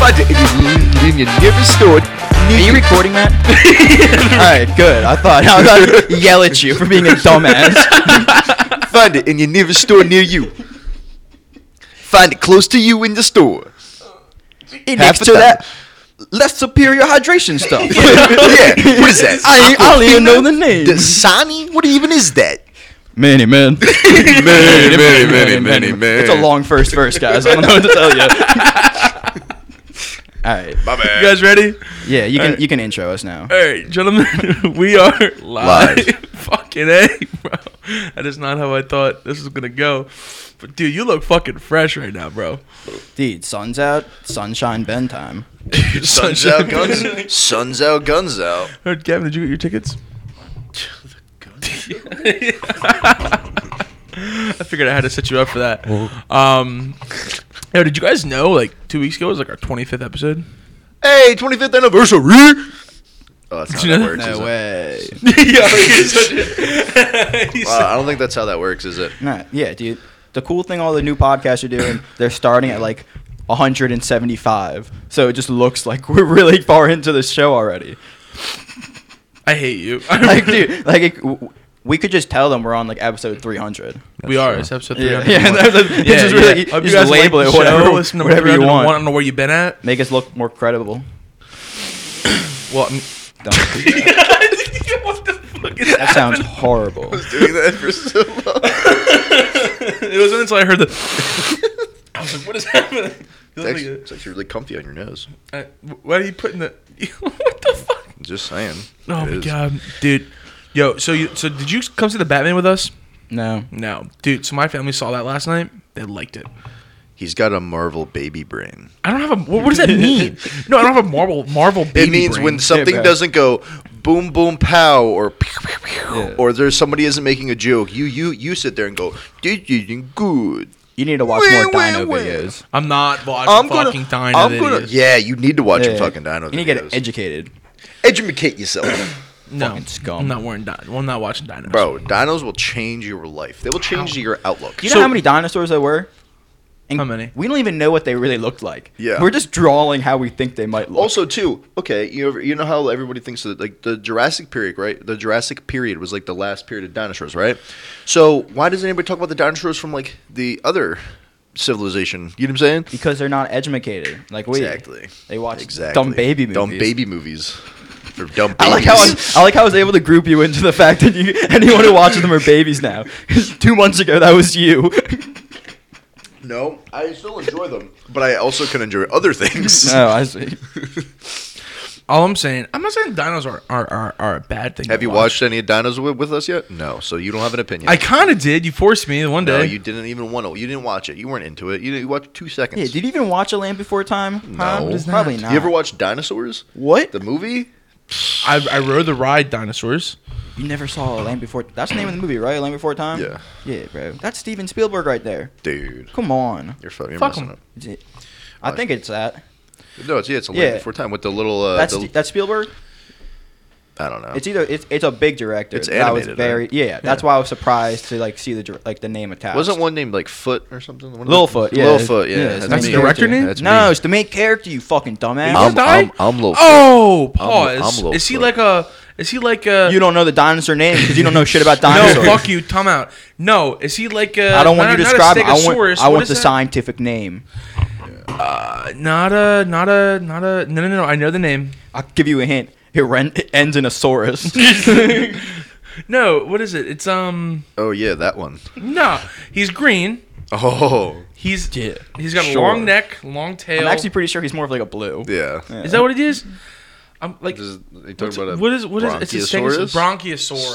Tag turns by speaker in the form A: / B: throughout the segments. A: I did, leave your nervous stored.
B: Are you recording that? All right, good. I thought I was about to yell at you for being a dumbass.
A: Find it in your nearest store near you. Find it close to you in the store.
B: Next
A: the
B: to
A: time.
B: that, less superior hydration stuff.
A: yeah, what is that?
B: I, I don't even know the name.
A: Dasani? What even is that?
B: Many men.
A: Many, many, many, many, many.
B: It's a long first verse, guys. I don't know what to tell you. All right.
A: My bad.
C: You guys ready?
B: Yeah, you can you can intro us now.
C: All right, gentlemen, we are live.
A: Live.
C: fucking A, bro. That is not how I thought this was going to go. But, dude, you look fucking fresh right now, bro.
B: Dude, sun's out, sunshine bend time.
A: Sun's out, guns. Sun's out, guns out.
C: Heard, Gavin, did you get your tickets? I figured I had to set you up for that. Um, yo, did you guys know, like, two weeks ago was, like, our 25th episode?
A: Hey, 25th anniversary. Oh, that's not how that works.
B: No
A: is it?
B: way.
C: Yo, he's such a- he's
A: Wow, I don't think that's how that works, is it?
B: Nah, yeah, dude. The cool thing all the new podcasts are doing, they're starting at like 175. So it just looks like we're really far into the show already.
C: I hate you.
B: Like, dude, like it, w- w- we could just tell them we're on like episode 300.
C: we are. It's episode
B: Yeah,
C: 300.
B: yeah, that's- that's just really- you
C: Hope
B: just label
C: the
B: it whatever-
C: show. Listen to
B: whatever you
C: 301. I
B: want.
C: don't know where you've been at.
B: Make us look more credible.
C: Well, I mean,
B: Don't do that.
C: what the fuck is
B: that sounds horrible.
A: Doing that for so long.
C: it was until I heard the. I was like, what is happening? You
A: It's
C: look like
A: actually,
C: a-
A: it's actually really comfy on your nose.
C: Uh, why are you putting the? what the fuck?
A: Just saying.
C: Oh my
A: It is.
C: god, dude. Yo, so you, so did you come see the Batman with us?
B: No.
C: No, dude. So my family saw that last night. They liked it.
A: He's got a Marvel baby brain.
C: I don't have a. What, what does that mean? no, I don't have a Marvel Marvel. Baby
A: it means
C: brain.
A: when something
B: bro.
A: doesn't go boom boom pow or pew, pew, pew,
B: Yeah.
A: or there's somebody isn't making a joke, you you you sit there and go, "Did you do good?"
B: You need to watch
A: Where,
B: more
A: where,
B: dino
A: where?
B: videos.
C: I'm not watching
A: I'm gonna,
C: fucking dying.
A: I'm gonna, yeah. You need to watch
B: Yeah.
A: a fucking dino.
B: You need to
A: videos.
B: get educated.
A: educate yourself,
C: no,
B: fucking scum.
C: I'm not wearing. Di- well, I'm not watching Dinos.
A: bro. Dinos will change your life. They will change your outlook.
B: Do you know how many dinosaurs there were? And
C: How many?
B: We don't even know what they really looked like.
A: Yeah.
B: We're just drawing how we think they might look.
A: Also, too, okay, you ever, you know how everybody thinks that like the Jurassic period, right? The Jurassic period was like the last period of dinosaurs, right? So why does anybody talk about the dinosaurs from like the other civilization? You know what I'm saying?
B: because they're not educated. Like we
A: Exactly.
B: They watch
A: Exactly.
B: dumb baby movies.
A: Dumb baby movies. They're dumb
B: I
A: babies.
B: like how I, I like how I was able to group you into the fact that you anyone who watches them are babies now. 'Cause Two months ago, that was you.
A: no, I still enjoy them, but I also can enjoy other things.
B: oh, I see.
C: All I'm saying, I'm not saying dinos are are, are, are a bad thing.
A: Have
C: to
A: you
C: watch.
A: watched any of Dinos with, with us yet? No, so you don't have an opinion.
C: I kind of did. You forced me one day.
A: no, you didn't even want to. You didn't watch it. You weren't into it. You, didn't, you watched two seconds.
B: Yeah, did you even watch A Land Before Time? Huh?
A: No. Does
C: not.
B: probably not.
A: you ever watch Dinosaurs?
B: what?
A: The movie?
C: I, I rode the ride dinosaurs.
B: you never saw A Land Before? That's the name of the movie, right? A Land Before Time.
A: Yeah.
B: Yeah, bro. That's Steven Spielberg right there.
A: Dude.
B: Come on.
A: You're fucking
C: Fuck
A: messing
C: 'em.
A: up.
B: Is it- I think it's that.
A: No, it's yeah, it's a
B: Yeah.
A: yeah. before time with the little. Uh,
B: That's
A: the,
B: that's Spielberg.
A: I don't know.
B: It's either it's, it's a big director.
A: It's
B: that I was
A: animated,
B: very
A: right?
B: yeah. That's
A: Yeah.
B: why I was surprised to like see the dir- like the name attached.
A: Wasn't one named like Foot or something? One of the-
B: Littlefoot, yeah.
A: Littlefoot, yeah.
B: Yeah, it's
C: That's
B: me.
C: the director name?
A: That's
B: no,
A: me.
B: it's the main character. You fucking dumbass.
A: I'm,
C: Die?
A: I'm, I'm Littlefoot.
C: Oh,
A: I'm-
C: pause.
A: I'm little
C: is he
A: foot.
C: like a? Is he like a?
B: you don't know the dinosaur name because you don't know shit about
C: no,
B: dinosaurs.
C: fuck you. Time out. No, is he like a?
B: I don't want
C: not-
B: you to
C: not
B: describe.
C: a
B: it. I
C: stegosaurus?
B: want I
C: What
B: want
C: is
B: the
C: that?
B: scientific name.
C: Uh, not a. Not a. Not a. No, no, no. I know the name.
B: I'll give you a hint. It, ren- it ends in a saurus.
C: No, what is it? It's um.
A: Oh yeah, that one.
C: No, he's green.
A: Oh
C: He's
B: Yeah,
C: He's got a
B: sure.
C: long neck, long tail.
B: I'm actually pretty sure he's more of like a blue.
A: yeah.
C: is that what it is? I'm like.
A: This is- they
C: what's-
A: talking about a
C: what is what is it's a stegosaurus?
A: Bronchiosaurus?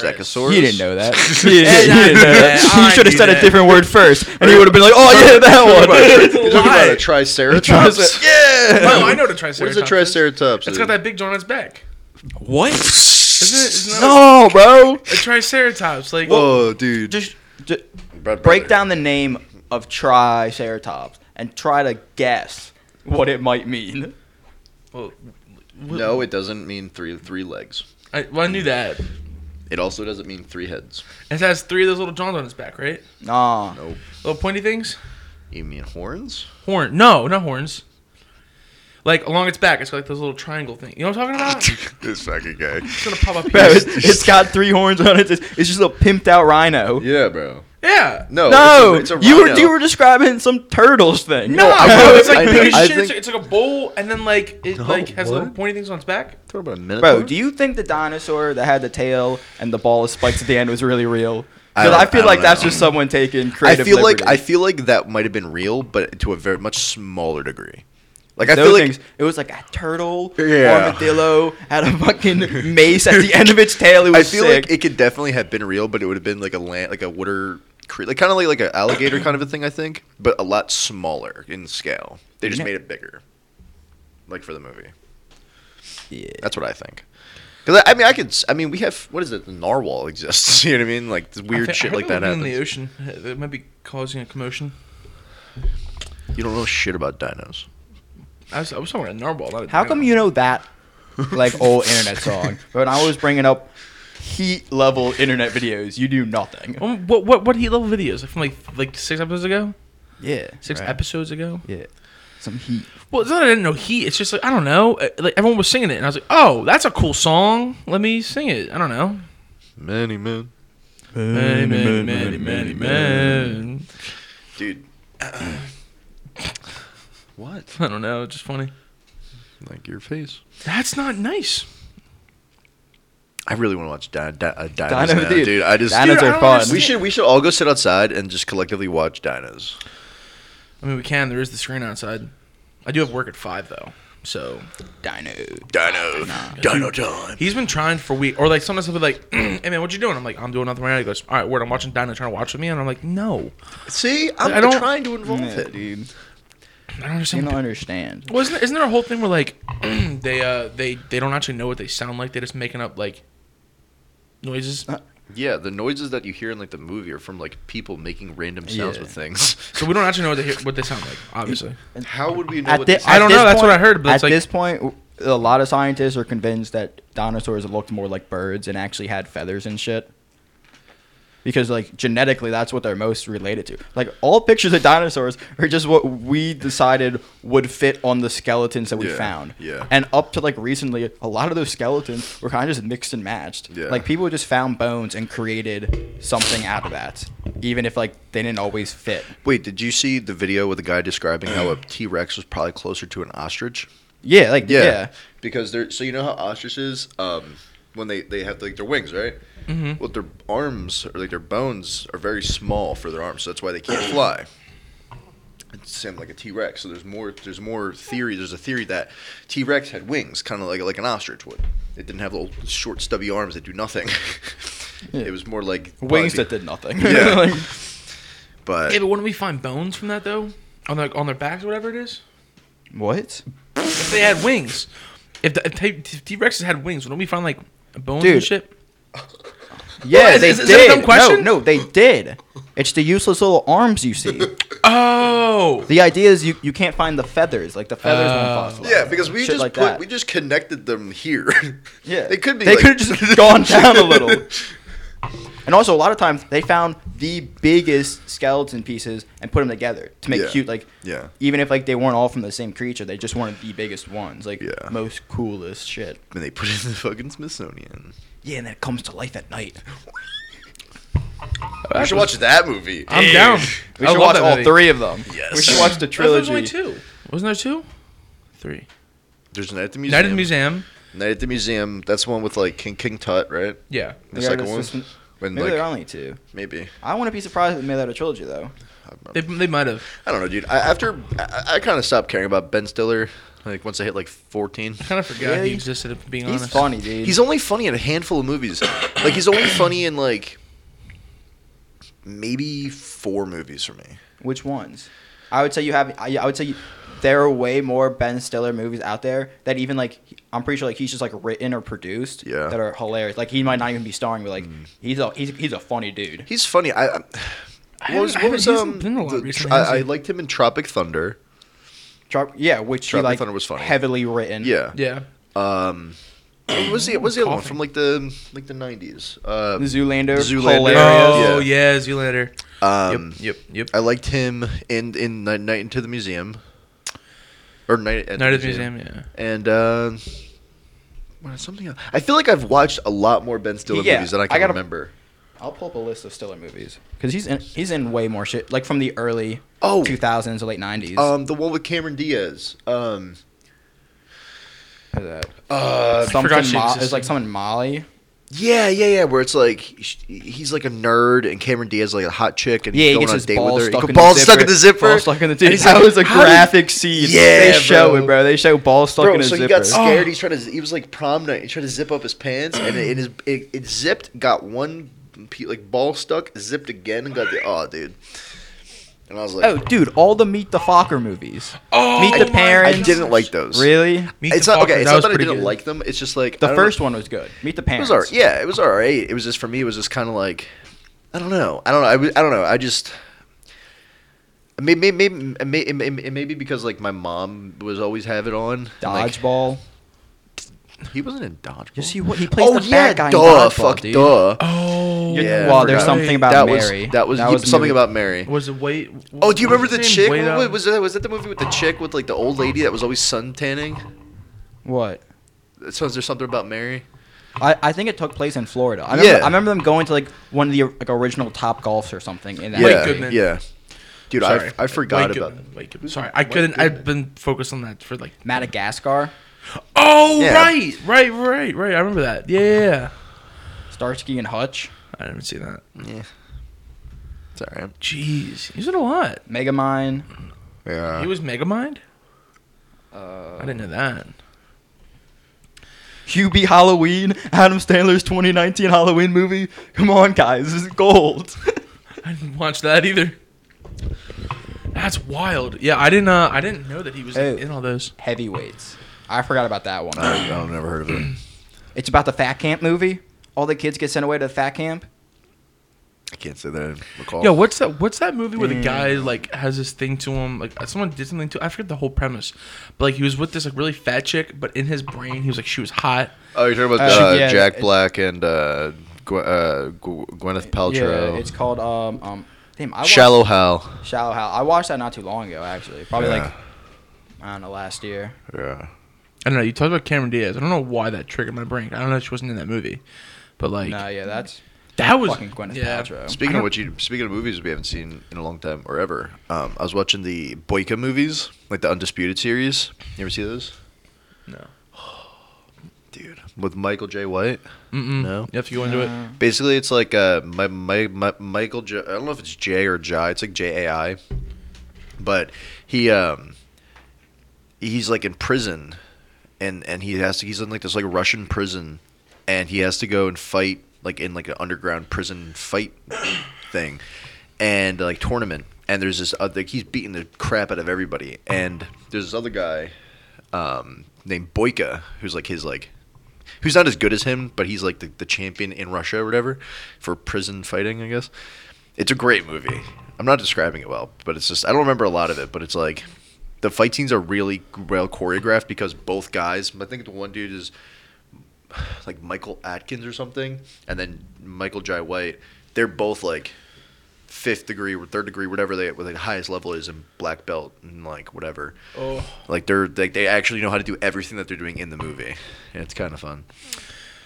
C: Bronchiosaurus.
A: Stegosaurus?
B: He didn't know that. He didn't,
C: Yeah,
B: he didn't know
C: yeah,
B: that.
C: I
B: He should have
C: knew
B: said a
C: that.
B: different word first, and he would have been like, "Oh yeah,
A: Talking about
B: that
A: a-
B: one."
A: talking about
C: Lie.
A: a triceratops. yeah.
C: No, Oh, I know the
A: What
C: triceratops.
A: is a triceratops?
C: It's got that big joint on its back.
B: What?
C: Isn't it? Isn't that
B: No, bro.
C: a triceratops? Like
A: Whoa, dude.
B: Just, just
A: Brad
B: break
A: Brother.
B: down the name of Triceratops and try to guess what it might mean.
C: Well,
A: No, it doesn't mean three three legs.
C: I, well, I knew that.
A: It also doesn't mean three heads.
C: It has three of those little jaws on its back, right?
B: Nah.
A: Nope.
C: Little pointy things.
A: You mean horns?
C: Horn? No, not horns. Like along its back, it's got like those little triangle thing. You know what I'm talking about? It's
A: this fucking guy.
C: gonna pop up
B: Bro,
C: here.
B: it's- it's got three horns on it. It's it's just a pimped out rhino.
A: Yeah, bro.
C: yeah.
A: No,
B: No,
A: it's a, it's a
B: you were
A: rhino.
B: you were describing some turtles thing.
C: No,
A: I
C: bro,
A: know,
C: it's like
A: I know,
C: big as
A: I
C: shit. It's,
A: think-
C: like, it's like a bowl, and then like it
A: No,
C: like has little
A: what?
C: pointy things on its back.
A: Talk about a
B: Bro,
A: minotaur?
B: do you think the dinosaur that had the tail and the ball of spikes at the end was really real? Because
A: I don't-
B: I,
A: I
B: feel
A: don't
B: like that's
A: know.
B: just someone taking
A: I
B: creative.
A: feel like I
B: liberty.
A: feel like that might have been real, but to a very much smaller degree. Like I
B: Those
A: feel like
B: things, it was like a turtle,
A: Yeah.
B: armadillo had a fucking mace at the end of its tail. It
A: I
B: was
A: feel
B: sick.
A: like it could definitely have been real, but it would have been like a land, like a water, cre- like kind of like like an alligator kind of a thing, I think, but a lot smaller in scale. They just
B: Yeah.
A: made it bigger, like for the movie.
B: yeah.
A: That's what I think. Because I, I mean, I could, s- I mean, we have what is it? The narwhal exists. You know what I mean? Like this
C: I
A: weird
C: thi- I
A: shit
C: heard
A: like
C: they're
A: that
C: living
A: happens.
C: in the ocean. Uh, It might be causing a commotion.
A: You don't know shit about dinos.
C: I was, I was talking about a narwhal. not a
B: How
C: dino.
B: come you know that like old internet song? But when I was bringing up heat level internet videos, you do nothing.
C: Um, what what what heat level videos Like, from like like six episodes ago?
B: Yeah,
C: Six
B: right.
C: episodes ago?
B: Yeah, some heat.
C: Well, it's not that I didn't know heat. It's just like I don't know. Uh, Like everyone was singing it, and I was like, oh, that's a cool song. Let me sing it. I don't know.
A: Many men,
C: Many, many, many, many men.
A: dude. what?
C: I don't know. It's just funny.
A: Like your face.
C: That's not nice.
A: I really want to watch di- di- uh, dinos
B: Dino,
A: now,
B: dude.
A: dude. I just
B: Dinos
C: Dude, I
B: are
C: don't
B: fun.
C: understand.
A: We should we should all go sit outside and just collectively watch dinos.
C: I mean, we can. There is the screen outside. I do have work at five though, so
B: Dino.
A: Dino, Dino time.
C: He's been trying for weeks, or like sometimes he'll be like, "Hey man, what you doing?" I'm like, "I'm doing nothing right now." He goes, "All right, word, I'm watching Dino. Trying to watch with me?" And I'm like, "No,
A: See,
C: I'm
A: I'm
C: I don't-
A: trying to involve
B: Yeah,
A: it.
B: dude.
C: I don't
B: You
C: understand."
B: don't
C: what
B: understand.
C: the- Well, isn't there, isn't there a whole thing where like they uh they they don't actually know what they sound like? They're just making up like noises.
B: Uh,
A: Yeah, the noises that you hear in like the movie are from like people making random sounds
B: Yeah.
A: with things.
C: So we don't actually know what they hear, what they sound like. Obviously,
A: How would we know?
B: At
A: what
B: thi-
A: this
C: I
B: at
C: don't
B: this
C: know, that's
B: point-
C: what I heard, but
B: at
C: it's like-
B: this point, w- a lot of scientists are convinced that dinosaurs looked more like birds and actually had feathers and shit. Because like genetically, that's what they're most related to. Like all pictures of dinosaurs are just what we decided would fit on the skeletons that we
A: Yeah,
B: found.
A: yeah.
B: And up to like recently, a lot of those skeletons were kind of just mixed and matched.
A: Yeah.
B: Like people just found bones and created something out of that, even if like they didn't always fit.
A: Wait, did you see the video with the guy describing how a T Rex was probably closer to an ostrich?
B: Yeah, like yeah.
A: Because they're so you know how ostriches um when they they have like their wings, right? Mm-hmm. Well, their arms or like their bones are very small for their arms, so that's why they can't fly. It's the same like a T Rex. So there's more there's more theory. There's a theory that T Rex had wings, kind of like like an ostrich would. It didn't have little short stubby arms that do nothing.
B: Yeah.
A: It was more like
B: Wings
A: probably-
B: that did nothing.
A: Yeah.
B: Like-
A: But
C: yeah, but wouldn't we find bones from that though? On their on their backs, or whatever it is.
B: What?
C: If they had wings, if the T Rexes had wings, wouldn't we find like bones and
B: Dude.
C: shit?
B: Yeah,
C: What? Is-
B: they
C: is- is
B: did.
C: that a dumb question?
B: No, no, they did. It's the useless little arms you see.
C: Oh,
B: the idea is you, you can't find the feathers. Like the feathers
C: Oh.
B: won't fossil.
A: Yeah, because we
B: Shit
A: just
B: like
A: put,
B: that.
A: we just connected them here.
B: Yeah.
A: they could be.
B: They
A: like-
B: could have just gone down a little. And also, a lot of times they found the biggest skeleton pieces and put them together to make
A: Yeah.
B: cute. Like,
A: Yeah.
B: even if like they weren't all from the same creature, they just wanted the biggest ones, like
A: Yeah.
B: most coolest shit.
A: and they put it in the fucking Smithsonian.
B: Yeah, and then it comes to life at night.
A: We should watch that movie.
C: I'm down.
B: We
C: I
B: should
C: love
B: watch
C: that
B: all
C: movie.
B: three of them.
A: Yes.
B: we should watch the
C: I thought
B: trilogy.
C: There was only two. Wasn't there two? Three.
A: There's Night at the Museum.
C: Night at the Museum.
A: Night at the Museum. That's the one with like King King Tut, right?
C: Yeah.
A: The
B: Yeah,
A: second
B: that's
A: one.
B: just-
A: when
B: Maybe
A: like
B: there are only two.
A: maybe
B: I wouldn't be surprised if they made that a trilogy though.
C: They, they might have.
A: I don't know, dude. I, after I, I kind of stopped caring about Ben Stiller. Like once I hit like 14,
C: I kind of forgot
B: Really?
C: he existed, if I'm being
B: He's
C: honest.
B: funny, dude.
A: he's only funny in a handful of movies. like he's only funny in like maybe four movies for me.
B: Which ones? I would say you have. I, I would say you, there are way more Ben Stiller movies out there that even like he- I'm pretty sure like he's just like written or produced.
A: Yeah. Mm.
B: That are hilarious. Like he might not even be starring, but like he's a he's, he's a funny dude.
A: He's funny. I. I
C: I
A: what was,
C: haven't-
A: what was
C: he hasn't
A: um?
C: been a lot
A: the-
C: recently, has
A: I, I
C: he?
A: liked him in Tropic Thunder.
B: Tro- yeah, which
A: Tropic
B: he like
A: Thunder was funny.
B: heavily written.
A: Yeah.
C: Yeah.
A: Um, what was the what was the other one
C: Coughing.
A: from like the like the nineties? Uh,
B: Zoolander.
A: Zoolander.
B: Hilarious.
C: Oh,
A: Yeah.
C: yeah, Zoolander.
A: um,
C: yep, yep, yep.
A: I liked him in in Night, Night into the Museum. or night at
C: Night
A: the
C: at the museum. Yeah.
A: And uh, what is something else? I feel like I've watched a lot more Ben Stiller
B: Yeah,
A: movies than I
B: I
A: can
B: gotta-
A: remember.
B: I'll pull up a list of Stiller movies because he's in he's in way more shit like from the early
A: Oh.
B: 2000s or late 90s.
A: Um, the one with Cameron Diaz. Um,
B: What is that?
A: uh,
C: forgot
B: something
C: she
B: Mo-
C: existed.
B: it's like something Molly.
A: yeah, yeah, yeah. Where it's like sh- he's like a nerd, and Cameron Diaz is like a hot chick, and
B: Yeah,
A: he's
B: he
A: going
B: gets
A: on a
B: his
A: date with
B: balls
A: her. He
B: stuck,
A: got
B: in
A: balls
B: the
A: stuck
B: zipper.
A: in the zipper.
B: Balls stuck in the
A: And
B: zipper.
A: he's
B: That
A: like,
B: was a
A: "How did-"
B: graphic scene.
A: Yeah,
B: they show
A: bro.
B: it, bro. They show balls stuck in
A: Bro,
B: a
A: so he
B: zipper.
A: got scared. He's trying to. He was like prom night. He tried to zip up his pants, and it, it, is- it, it zipped. Got one pe- like ball stuck. Zipped again, and got the oh, dude. And I was like,
B: oh, dude, all the Meet the Fokker movies.
C: Oh,
B: Meet the
C: my
A: I
B: Parents.
A: didn't like those.
B: Really?
C: Meet
A: it's
C: the
A: not
C: Fockers,
A: okay. It's not that I
C: pretty
A: didn't
C: good.
A: like them. It's just like I
B: The
A: don't know.
B: first one was good. Meet the
A: It
B: Parents.
A: was all right. Yeah, it was all right. It was just for me. It was just kind of like, I don't know. I don't know. I, was- I don't know. I just maybe maybe maybe maybe, maybe because like my mom was always have it on. and, like,
B: Dodgeball.
A: he wasn't in dodgeball.
B: you see what he plays the bad guy
A: Oh, duh,
B: in Dodgeball,
A: fuck,
B: dude.
A: duh.
C: Oh.
A: Yeah, I
B: well, there's
A: forgot.
B: something about
A: that
B: Mary.
A: was that was,
B: That
A: he-
B: was
A: something
B: Mary.
A: about Mary.
C: Was it wait?
A: Oh, do you remember the
C: his name?
A: chick?
C: Wait,
A: What,
C: uh,
A: was that was that the movie with the chick with like the old lady that was always suntanning?
B: What?
A: So is there something about Mary?
B: I, I think it took place in Florida. I remember,
A: Yeah.
B: I remember them going to like one of the like original Top Golfs or something. In that
A: yeah,
B: movie.
C: Goodman.
A: yeah. Dude, I,
C: Sorry.
A: I forgot
C: Wait,
A: about
C: Goodman, Wait, Goodman. Sorry, I couldn't. I've been focused on that for like.
B: Madagascar,
C: Oh
A: Yeah.
C: right, right, right, right. I remember that. Yeah, yeah, yeah.
B: Starsky and Hutch,
C: I didn't see that.
A: Yeah. It's alright.
C: Jeez, he was in a lot.
B: Megamind.
A: Yeah.
C: He was Megamind. I
B: Uh,
C: didn't know that.
B: Hubie Halloween, Adam Sandler's 2019 Halloween movie. Come on, guys, this is gold.
C: I didn't watch that either. That's wild. Yeah, I didn't. Uh, I didn't know that he was like,
B: Oh.
C: in all those.
B: Heavyweights. I forgot about that one.
A: I, have never heard of it.
B: It's about the fat camp movie. All the kids get sent away to fat camp.
A: I can't say that I
B: Oh.
A: recall.
C: Yo, what's that? What's that movie where the
B: Damn.
C: guy like has this thing to him? Like someone did something to. I forget the whole premise, but like he was with this like really fat chick, but in his brain he was like she was hot.
A: oh, you're talking about
B: Uh,
A: uh,
B: yeah,
A: Jack
B: it-
A: Black and uh, Gw- uh, Gw- Gwyneth Paltrow.
B: Yeah, it's called um um. Damn, I watched-
A: Shallow Hal.
B: Shallow Hal. I watched that not too long ago, actually. Probably
A: Yeah.
B: like I don't know, last year.
A: Yeah.
C: I don't know. You talked about Cameron Diaz. I don't know why that triggered my brain. I don't know if she wasn't in that movie, but like
B: No, yeah, that's
C: that was
B: fucking Gwyneth
C: yeah.
B: Paltrow.
A: Speaking
C: I
A: of which, you, speaking of movies we haven't seen in a long time or ever, um, I was watching the Boyka movies, like the Undisputed series. You ever see those?
C: No.
A: Dude, with Michael J. White.
C: Mm-mm.
A: No.
C: You have to go into it.
B: Uh,
A: Basically, it's like uh, my, my, my Michael. J- I don't know if it's J or Jai. It's like J A I, but he um he's like in prison, and and he has to. He's in like this like Russian prison, and he has to go and fight like in like an underground prison fight thing, and like tournament. And there's this other. He's beating the crap out of everybody, and there's this other guy um, named Boyka, who's like his like, who's not as good as him, but he's like the, the champion in Russia or whatever for prison fighting, I guess. It's a great movie. I'm not describing it well, but it's just I don't remember a lot of it, but it's like the fight scenes are really well choreographed because both guys. I think the one dude is like Michael Atkins or something, and then Michael Jai White. They're both like fifth degree or third degree, whatever they what the highest level is in black belt and like whatever.
C: Oh.
A: Like they're like they actually know how to do everything that they're doing in the movie. And it's kind of fun.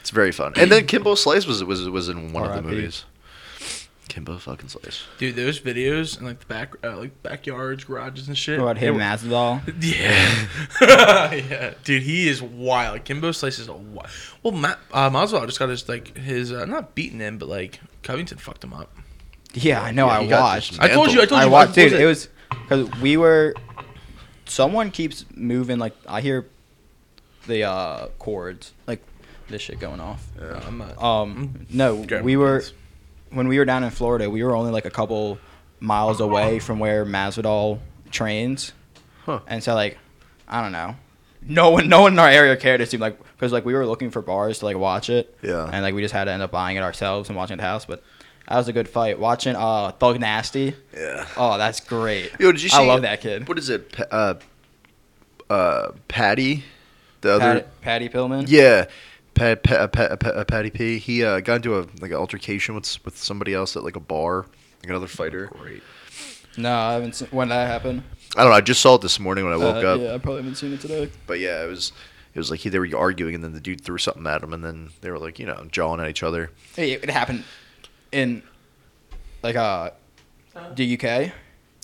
A: It's very fun. And then Kimbo Slice was was was in one of the
B: R.I.P..
A: movies. Kimbo fucking Slice.
C: Dude, those videos and like the back, uh, like backyards, garages and shit.
B: what about him,
C: they were-
B: Masvidal?
C: Yeah, yeah, dude, he is wild. Kimbo Slice is a wild. Well, Ma- uh, Masvidal just got his like his uh, not beating him, but like Covington fucked him up.
B: Yeah, I know.
A: Yeah,
B: I
A: he got
B: watched.
A: this
C: I told you, I told
B: I
C: you,
B: watched,
C: I
B: dude. It was because we were. Someone keeps moving. Like I hear the uh chords, like this shit going off.
C: I'm not-
B: Um,
C: Mm-hmm.
B: no,
C: Grabbing
B: we
C: my
B: were
C: pants.
B: when we were down in Florida. We were only like a couple miles away from where Masvidal trains,
A: Huh.
B: and so like I don't know. No one, no one in our area cared. It seemed like because like we were looking for bars to like watch it,
A: Yeah.
B: and like we just had to end up buying it ourselves and watching it at the house. But that was a good fight. Watching uh Thug Nasty,
A: Yeah.
B: oh that's great.
A: Yo, did you see
B: I love that kid.
A: What is it? Pa- Uh uh Patty the other
B: Pat, Patty Pillman.
A: Yeah, Pat, Pat, Pat, Pat, Patty P. He uh, got into a like an altercation with with somebody else at like a bar, like another fighter.
C: great.
B: No, I haven't seen when that happened.
A: I don't know. I just saw it this morning when I woke
B: Uh,
A: up.
B: Yeah, I probably haven't seen it today.
A: But yeah, it was it was like he, they were arguing, and then the dude threw something at him, and then they were like, you know, jawing at each other.
B: Hey, it happened in like uh the UK.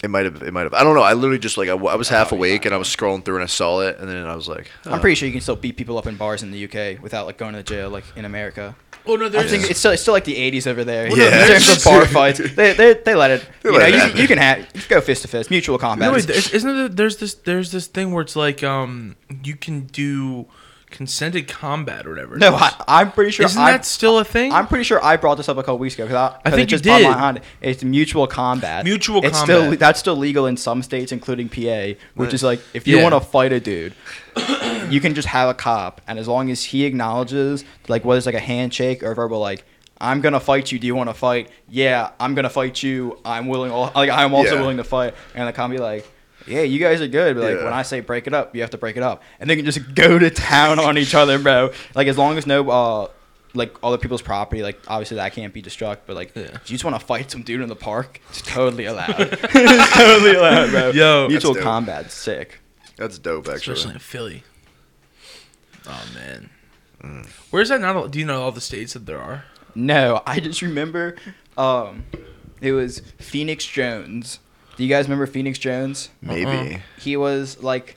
A: It might have. It might have. I don't know. I literally just like I, w- I was half
B: Oh, yeah.
A: awake and I was scrolling through and I saw it, and then I was like,
B: I'm pretty sure you can still beat people up in bars in the UK without like going to jail like in America.
C: Oh no,
B: I
C: there's
B: think it's still it's still like the 80s over there.
A: Well, no,
B: in terms
A: there's-
B: of bar fights, they they, they let it.
A: They
B: You,
A: let
B: know,
A: it
B: you,
A: happen.
B: you can have you can go fist to fist, mutual combat.
C: No, wait,
B: It's-
C: there's, isn't there, there's this there's this thing where it's like um you can do consented combat or whatever. it
B: no,
C: is.
B: I, I'm pretty sure.
C: isn't
B: I,
C: that still a thing?
B: I'm pretty sure I brought this up a couple weeks ago. 'cause I, 'cause it
C: think you
B: just popped
C: did.
B: My mind. It's mutual combat.
C: Mutual
B: it's Still,
C: combat.
B: that's still legal in some states, including PA, which is like if you
C: Yeah.
B: want to fight a dude, you can just have a cop, and as long as he acknowledges, like whether it's like a handshake or a verbal, like I'm gonna fight you. Do you want to fight? Yeah, I'm gonna fight you. I'm willing. al- Like I'm also
A: Yeah.
B: willing to fight. And the cop be like. Yeah, you guys are good, but like
A: Yeah.
B: when I say break it up, you have to break it up, and they can just go to town on each other, bro. Like as long as no uh, like other people's property, like obviously that can't be destruct, but like
C: Yeah.
B: if you just want to fight some dude in the park, it's totally allowed. it's totally allowed, bro.
C: Yo. That's
B: mutual
A: dope.
B: combat's sick.
A: "That's dope, actually."
C: especially in Philly. Oh man,
A: Mm.
C: where's that? Not all- do you know all the states that there are?
B: No, I just remember, um, it was Phoenix Jones. Do you guys remember Phoenix Jones?
A: Maybe.
B: He was like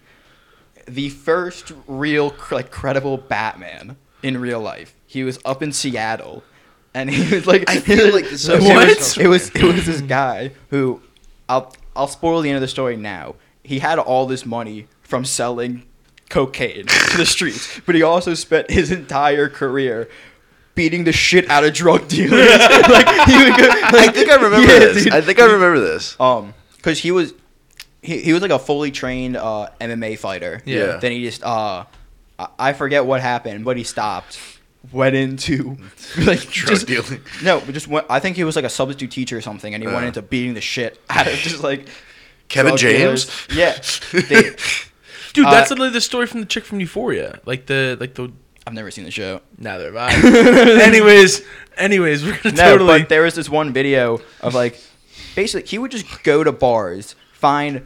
B: the first real cr- like credible Batman in real life. He was up in Seattle, and he was like,
A: I feel like this is-
B: it was-
C: What?
B: It was it was this guy who I'll I'll spoil the end of the story now. He had all this money from selling cocaine to the streets, but he also spent his entire career. Beating the shit out of drug dealers. like, he would go,
C: Uh-huh.
A: I think I remember
B: Yeah,
A: this.
B: dude.
A: I think I remember this.
B: Um, because he was, he, he was like a fully trained uh, MMA fighter.
A: Yeah.
B: Then he just uh, I- I forget what happened, but he stopped, went into like
A: Drug
B: just,
A: dealing.
B: No, but just went. I think he was like a substitute teacher or something, and he went
A: Uh.
B: into beating the shit out of just like
A: Kevin
B: drug dealers.
A: James.
B: Yeah. They,
C: Dude, that's
B: Uh,
C: literally the story from the chick from Euphoria. Like the like the
B: I've never seen the show.
C: neither have I. anyways, anyways, we're gonna
B: No,
C: totally.
B: but there was this one video of like basically he would just go to bars, find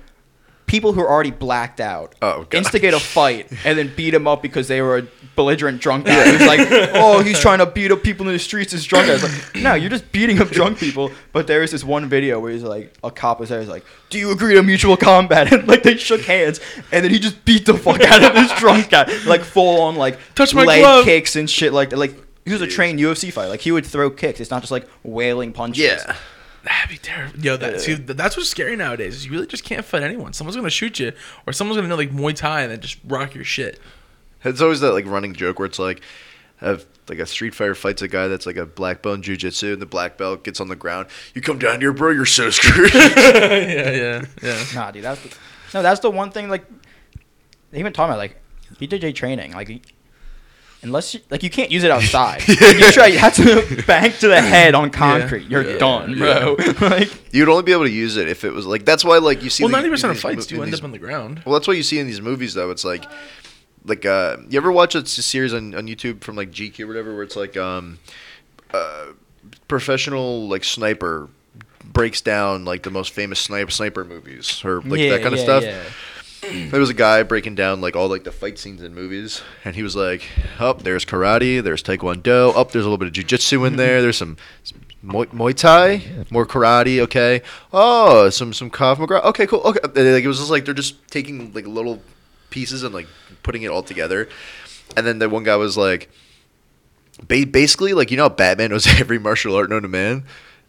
B: people who are already blacked out,
A: Oh, God.
B: instigate a fight, and then beat them up because they were a belligerent drunk guy. He's like, oh, he's trying to beat up people in the streets. This drunk guy. It's like, no, you're just beating up drunk people. But there was this one video where he's like, a cop was there. He's like, do you agree to mutual combat? And like they shook hands, and then he just beat the fuck out of this drunk guy, like full on like
C: Touch my
B: leg
C: glove.
B: kick kicks and shit like that. Like he was a
A: Jeez.
B: trained UFC fighter. Like he would throw kicks. It's not just like wailing punches.
A: Yeah.
C: That'd be terrible. Yo, that, see, th- that's what's scary nowadays. Is you really just can't fight anyone. Someone's gonna shoot you, or someone's gonna know like Muay Thai and then just rock your shit.
A: It's always that like running joke where it's like, have like a street fighter fights a guy that's like a black belt in jujitsu, and the black belt gets on the ground. You come down here, bro. You're so screwed.
C: yeah, yeah, yeah.
B: Nah, dude. That's the, no. That's the one thing. Like they even talking about like BJJ training. Like unless you, like you can't use it outside. you try. You have to bank to the head on concrete. You're
C: Yeah.
B: done,
A: Yeah.
B: bro. like
A: You'd only be able to use it if it was like. That's why like you see.
C: Well,
A: the-
C: ninety percent
A: in
C: of
A: these
C: fights
A: mo-
C: do
A: in
C: end
A: these-
C: up on the ground.
A: Well, that's what you see in these movies though. It's like, like uh, you ever watch a s- series on, on YouTube from like GQ or whatever, where it's like um, uh, professional like sniper breaks down like the most famous sniper sniper movies or like
B: Yeah,
A: that kind of
B: yeah,
A: stuff.
B: yeah.
A: There was a guy breaking down like all like the fight scenes in movies, and he was like, "Up there's karate, there's taekwondo, up there's a little bit of jujitsu in there, there's some." some Muay, Muay Thai, more karate, okay. Oh, some some Krav Maga. Okay, cool. Okay, And, like it was just like they're just taking like little pieces and like putting it all together. And then the one guy was like, ba- basically like you know how Batman knows every martial art known to man.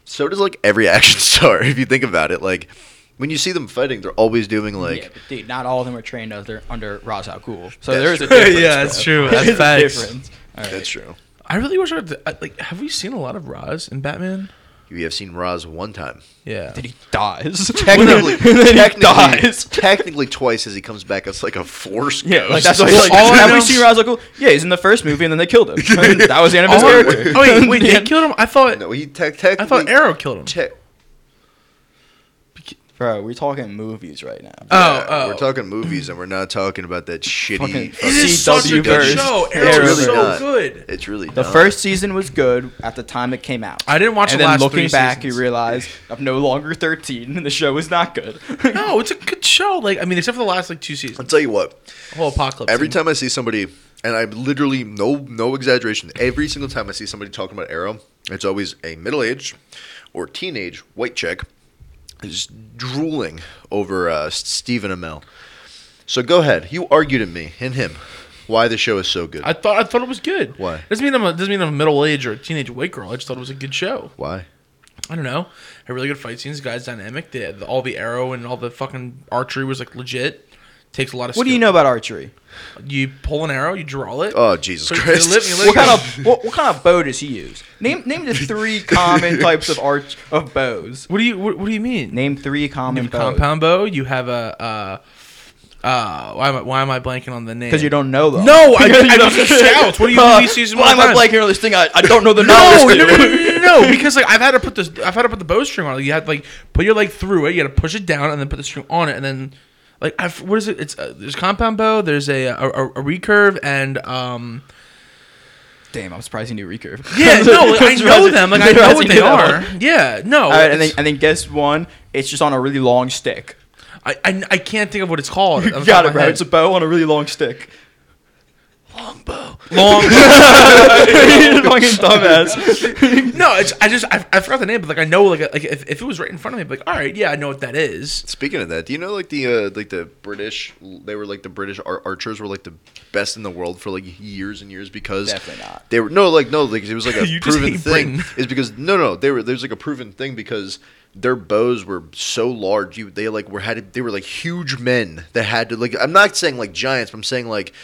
A: So does like every action star if you think about it. Like when you see them fighting, they're always doing like
B: yeah, but dude, not all of them are trained under under Ra's al Ghul. So
A: That's
B: there is a
A: true.
B: difference.
C: Yeah,
B: bro.
C: that's true.
B: There
C: That's
B: is a
C: facts.
B: difference. All right.
A: that's true.
C: I really wish I had, I- like. Have we seen a lot of Roz in Batman?
A: We have seen Roz one time.
C: Yeah.
B: Then he dies.
A: Technically,
B: Then he
A: technically,
B: dies.
A: technically twice as he comes back. It's like a force ghost.
B: Yeah, like that's like,
C: Well, all
B: all
C: I
B: have
C: know-
B: we seen Ra's al Ghul? oh, Yeah, he's in the first movie, and then they killed him. that was the end of his
C: Oh,
B: character.
C: wait, wait, wait,
B: The
C: they
B: end.
C: killed him. I thought.
A: no, he te- technically.
C: I thought Arrow killed him.
A: Te-
B: Bro, we're talking movies right now.
C: Oh,
A: Yeah,
C: oh.
A: We're talking movies, and we're not talking about that shitty.
B: Fucking-
A: fucking- E
C: it is such a good
B: CW
C: show.
B: verse.
C: Arrow's
B: Arrow
C: really so
A: verse.
C: good.
A: It's really
B: The
A: not.
B: first season was good at the time it came out.
C: Uh. I didn't watch
B: and
C: the
B: then
C: last
B: looking
C: three
B: back,
C: seasons.
B: you realize I'm no longer 13, and the show is not good.
C: No, it's a good show. Like I mean, except for the last like two
A: I'll
C: seasons,
A: tell you what.
C: whole apocalypse.
A: Every
C: and-
A: time I see somebody, and I literally no no exaggeration, every single time I see somebody talking about Arrow, it's always a middle aged or teenage white chick is drooling over uh, Stephen Amell. So go ahead, you argued at me and him why the show is so good.
C: I thought I thought it was good.
A: Why?
C: Doesn't mean I'm a, doesn't mean I'm a middle aged or a teenage white girl. I just thought it was a good show.
A: why?
C: I don't know. Had really good fight scenes. Guys, dynamic. The, the, all the arrow and all the fucking archery was like legit. Takes a lot of.
B: what do
C: skill.
B: you know about archery?
C: You pull an arrow. You draw it.
A: Oh Jesus
C: So you
A: Christ!
C: live- you live-
B: What kind of what, what kind of bow does he use? Name name the three common types of arch of bows.
C: what do you what, what do you mean?
B: Name three
C: You
B: common
C: have a
B: bows.
C: compound bow. You have a. Uh, uh, why am I why am I blanking on the name?
B: Because you don't know them.
C: No, I, I don't shout. What do you mean? these seasons
B: Why am
C: all the
B: I
C: time?
B: blanking on this thing? I, I don't know the
C: No, no,
B: knowledge.
C: no, no, no, no, no, because like I've had to put this, I've had to put the bowstring on. Like, you had to, like put your leg through it. You had to push it down and then put the string on it, and then like I've, what is it? It's uh, there's compound bow, there's a a, a a recurve, and um
B: Damn, I'm surprised you knew recurve.
C: yeah, no, like, I know them. Like I know what they
B: Surprised you
C: are.
B: knew that one.
C: Yeah, no,
B: All right, and then
C: it's-
B: and then guess one. It's just on a really long stick.
C: I, I I can't think of what it's called. off the
B: You
C: top
B: got it,
C: of my
B: bro.
C: head.
B: It's a bow on a really long stick.
C: long.
B: You're fucking dumbass.
C: no, it's, I just I, I forgot the name, but like I know like like if, if it was right in front of me, I'd be like all right, yeah, I know what that is.
A: Speaking of that, do you know like the uh, like the British? They were like the British ar- archers were like the best in the world for like years and years because
B: Definitely not.
A: They were no like no like it was like a
C: You just
A: proven
C: hate
A: thing.
C: Britain.
A: Is because no no they were there's like a proven thing because their bows were so large. You they like were had to, they were like huge men that had to like I'm not saying like giants, but I'm saying like.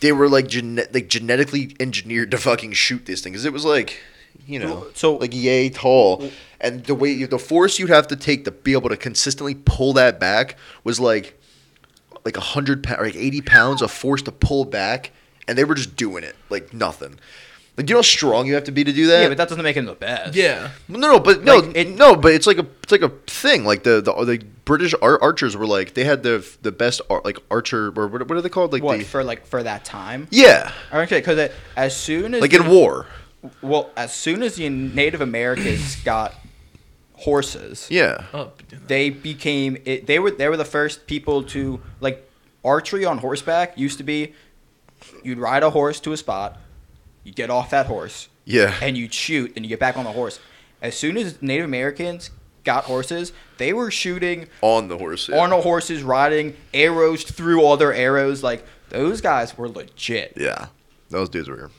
A: They were like gene- like genetically engineered to fucking shoot this thing because it was like, you know,
B: So-
A: like yay tall, and the way you, the force you'd have to take to be able to consistently pull that back was like like a hundred pound, like eighty pounds of force to pull back, and they were just doing it like nothing. Like you know how strong you have to be to do that.
B: yeah, but that doesn't make him the best.
C: Yeah,
A: no, no, but no,
B: Like, it-
A: no, but it's like a it's like a thing. Like the the, the British ar- archers were like they had the the best ar- like archer or what, what are they called? Like
B: What
A: the
B: for like for that time?
A: yeah,
B: Okay, because as soon as
A: like in
B: the-
A: war.
B: well, as soon as the Native Americans got horses,
A: Yeah,
C: oh,
B: they became it, they were they were the first people to like archery on horseback used to be you'd ride a horse to a spot, you get off that horse,
A: yeah.
B: and you'd shoot and you get back on the horse. As soon as Native Americans got horses, they were shooting
A: on the horse. yeah.
B: on the horses, riding arrows through other arrows. Like those guys were legit.
A: Yeah, those dudes were.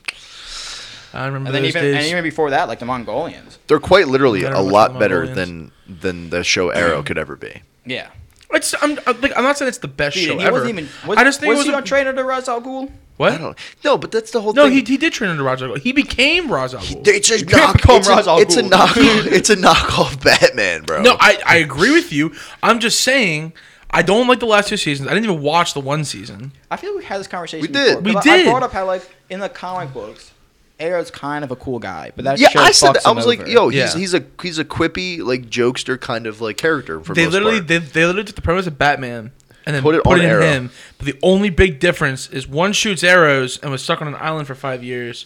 C: I remember
B: And then
C: those
B: even
C: days.
B: and even before that, like the Mongolians.
A: They're quite literally
C: Better
A: a
C: with
A: lot
C: the
A: better
C: Mongolians.
A: than than the show Arrow could ever be.
B: Yeah.
C: It's, I'm, I'm, like, I'm not saying it's the best
B: Dude,
C: show
B: and he
C: ever.
B: wasn't even. Was,
C: I just think
B: was
C: it
B: he
C: was
B: on Trainer to Ra's al Ghul?
A: I
C: what?
A: don't no, but that's the whole
C: No,
A: thing.
C: he, he did train under Ra's al Ghul. He became Ra's al Ghul.
A: It's a
B: You can't
A: knock.
B: become
A: It's,
B: Ra's
A: a,
B: al
A: it's a
B: Ghul.
A: knock. It's a knockoff Batman, bro.
C: No, I, I agree with you. I'm just saying I don't like the last two seasons. I didn't even watch the one season.
B: I feel like we had this conversation.
A: We
B: Before,
A: did.
C: We
B: 'cause I-
C: did.
B: I brought up how like in the comic books, Arrow's kind of a cool guy, but that
A: yeah,
B: show
A: I said
B: fucks
A: that. I
B: him
A: was like,
B: over.
A: yo,
C: Yeah.
A: he's he's a he's a quippy like jokester kind of like character. For
C: they
A: most
C: literally
A: part.
C: they, they literally took the premise of Batman and then
A: Put
C: put it,
A: it on
C: in
A: Arrow.
C: him. But the only big difference is one shoots arrows and was stuck on an island for five years.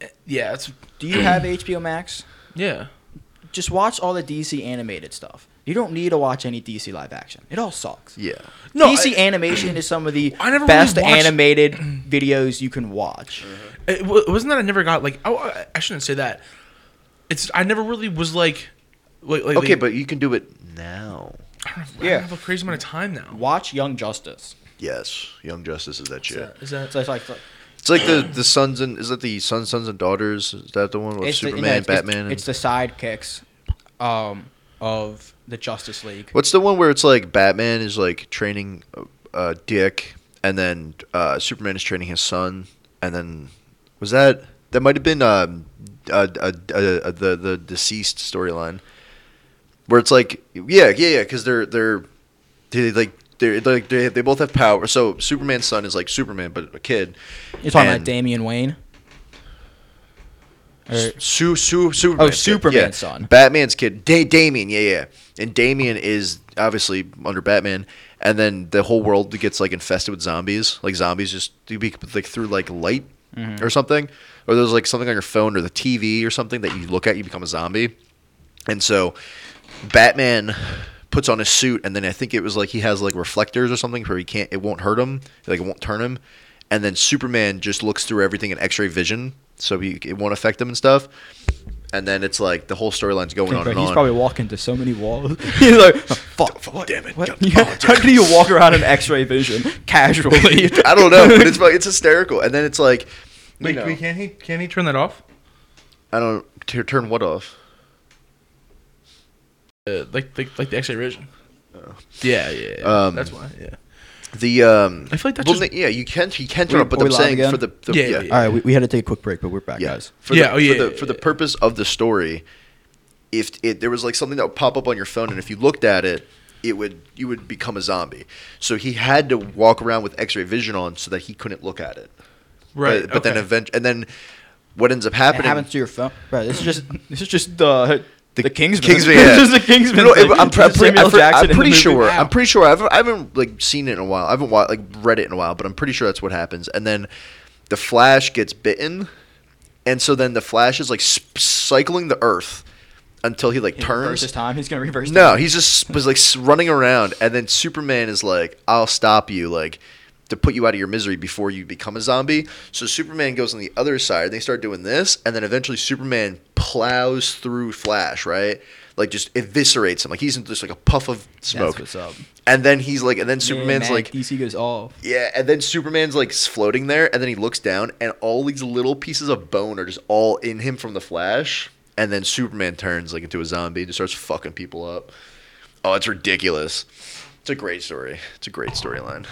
C: Eh, Yeah, it's
B: do you have HBO Max?
C: yeah.
B: Just watch all the DC animated stuff. You don't need to watch any DC live action. It all sucks.
A: yeah.
C: No,
B: DC
C: I-
B: animation is some of the
C: I never
B: best
C: really watched-
B: animated videos you can watch.
C: It wa- wasn't that I never got like oh I- I shouldn't say that. It's I never really was like like, like
A: Okay,
C: like-
A: but you can do it now.
C: I don't, know, I
B: Yeah.
C: don't have a crazy amount of time now.
B: Watch Young Justice.
A: Yes, Young Justice is that shit.
C: Is that
B: So it's like, like
A: It's like the the sons and is that the sons sons and daughters? Is that the one with
B: it's the- you know,
A: Superman,
B: it's- it's-
A: Batman? and-
B: It's, the sidekicks um, of the Justice League.
A: What's the one where it's like Batman is like training uh, Dick, and then uh, Superman is training his son, and then was that that might have been um, uh, uh, uh, uh, the the deceased storyline, where it's like yeah yeah yeah because they're they're they like they're, they're like they they both have power. So Superman's son is like Superman but a kid.
B: You're talking about
A: And-
B: Damian Wayne? Or-
A: Su- Su- Superman.
B: Oh, Superman's son.
A: Batman's kid. Da- Damien, yeah, yeah. And Damien is obviously under Batman. And then the whole world gets like infested with zombies. Like zombies just do be like through like light
B: Mm-hmm.
A: or something. Or there's like something on your phone or the TV or something that you look at, you become a zombie. And so Batman puts on his suit, and then I think it was like he has like reflectors or something where he can't, it won't hurt him, like it won't turn him. And then Superman just looks through everything in X-ray vision, so he it won't affect him and stuff. And then it's like the whole storyline's going on
B: But
A: and
B: he's
A: on.
B: probably walking to so many walls. he's like, "Oh, fuck.
A: Fuck, damn it! God,
B: What?
A: oh,
B: Yeah. How
A: damn it.
B: can you walk around in X-ray vision casually?
A: I don't know, but it's like- it's hysterical. And then it's like,
C: Wait,
A: you know,
C: wait, can't he? Can he turn that off?
A: I don't t- turn what off.
C: Uh, like, like, like the X-ray vision. Yeah, yeah. yeah.
A: Oh. Um,
C: that's why. Yeah.
A: The um,
C: I feel like that's
A: well,
C: just-
A: yeah, you can you can
B: We-
A: turn up, but
B: we
A: I'm
B: live
A: saying
B: again?
A: for the, the
C: Yeah, yeah,
B: All right, we, we had to take a quick break, but we're back,
A: Yeah.
B: guys.
A: For
C: Yeah,
A: The,
C: oh, yeah,
A: For
C: yeah,
A: the, for the
C: yeah.
A: purpose of the story, if it there was like something that would pop up on your phone, and if you looked at it, it would you would become a zombie. So he had to walk around with X-ray vision on so that he couldn't look at it.
C: Right.
A: But, but then
C: okay.
A: eventually, and then what ends up
B: It
A: happening?
B: happens to your phone, bro. This is just this is just the the, Kingsman.
A: Kingsman,
B: this
A: yeah.
B: is the Kingsman.
A: No,
B: thing.
A: I'm, pre-
B: This is Samuel
A: I'm pre-
B: Jackson in
A: I'm
B: the
A: pretty
B: movie.
A: sure.
B: Wow.
A: I'm pretty sure. I haven't, I haven't like seen it in a while. I haven't wa- like read it in a while, but I'm pretty sure that's what happens. And then the Flash gets bitten, and so then the Flash is like sp- cycling the Earth until he like
B: He reverses
A: turns.
B: time. He's gonna reverse.
A: No,
B: time.
A: he's just was like s- running around, and then Superman is like, "I'll stop you," like to put you out of your misery before you become a zombie. So Superman goes on the other side, and they start doing this, and then eventually Superman plows through Flash, right? Like just eviscerates him. Like he's in just like a puff of
B: That's
A: smoke,
B: what's up.
A: and then he's like, and then
B: Yeah,
A: Superman's
B: man,
A: like.
B: DC goes off.
A: Yeah, and then Superman's like floating there, and then he looks down, and all these little pieces of bone are just all in him from the Flash. And then Superman turns like into a zombie and just starts fucking people up. Oh, it's ridiculous. It's a great story. It's a great storyline.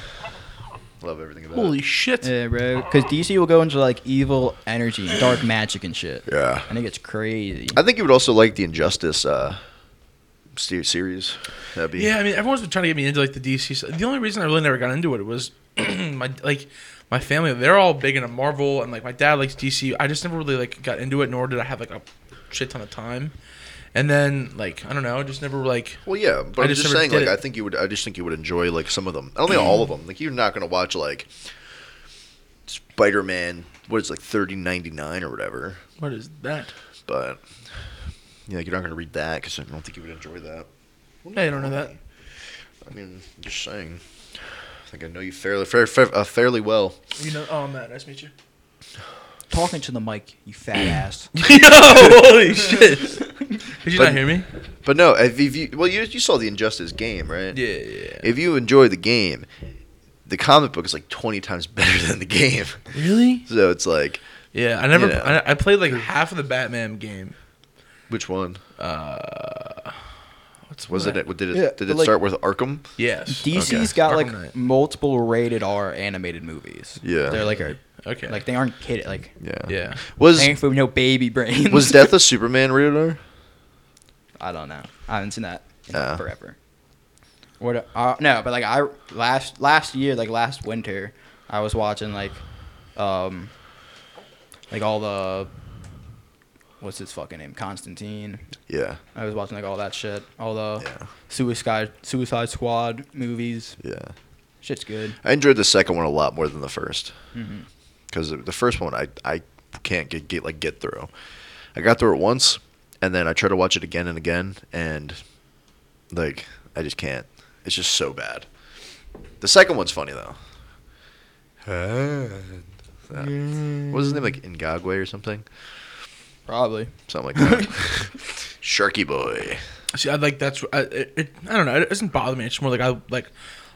A: Love everything about
C: Holy
A: it.
C: shit!
B: Yeah, bro. Because DC will go into like evil energy, and dark magic, and shit.
A: Yeah.
B: I think it's crazy.
A: I think you would also like the Injustice uh, se- series. That'd be
C: Yeah, I mean, everyone's been trying to get me into like the DC. stuff. The only reason I really never got into it was my like my family. They're all big into Marvel, and like my dad likes DC. I just never really like got into it, nor did I have like a shit ton of time. And then like I don't know, I just never like
A: Well, yeah, but
C: I
A: I am
C: just
A: just,
C: never
A: saying,
C: did
A: like,
C: it.
A: I think you would, I just think you would enjoy like some of them. I don't think all of them. Like, you're not gonna watch like Spider Man. What is it, like thirty ninety nine or whatever,
C: what is that?
A: but yeah, like, you're not gonna read that because I don't think you would enjoy that.
C: I don't know that.
A: I mean, just saying. I think I know you fairly, fair, fair, uh, fairly well.
C: You know, oh man, nice to meet you.
B: Talking to the mic, you fat ass.
C: Yo, holy shit! Did you
A: But-
C: not hear me?
A: But no, if, if you well, you, you saw the Injustice game, right?
C: Yeah, yeah.
A: If you enjoy the game, the comic book is like twenty times better than the game.
C: Really?
A: So it's like,
C: Yeah, I never.
A: You know.
C: I, I played like half of the Batman game.
A: which one
C: What's
A: was
C: what?
A: it? Did it
B: Yeah,
A: did
B: but,
A: it
B: like-
A: start with Arkham?
C: Yes.
B: DC's
A: Okay.
B: got
C: Arkham
B: like
C: Knight.
B: multiple rated R animated movies.
A: Yeah.
B: they're like a,
C: Okay.
B: like they aren't kid like.
A: Yeah.
C: yeah.
A: Was
B: Thank for no baby brains.
A: was Death of Superman rated R?
B: I don't know. I haven't seen that in
A: Uh.
B: forever. What? Uh, no, but like I last last year, like last winter, I was watching like, um, like all the what's his fucking name, Constantine.
A: Yeah.
B: I was watching like all that shit, all the
A: Yeah.
B: Suicide Suicide Squad movies.
A: Yeah.
B: Shit's good. Mm-hmm.
A: I enjoyed the second one a lot more than the 1st Cuz the first one I I can't get, get like get through. I got through it once and then I tried to watch it again and again and like I just can't. It's just so bad. The second one's funny though. That- What was his name like Ngagwe or something?
B: Probably.
A: Something like that. Sharky boy.
C: See, I like that's. I, it, it, I don't know. It doesn't bother me. It's just more like I like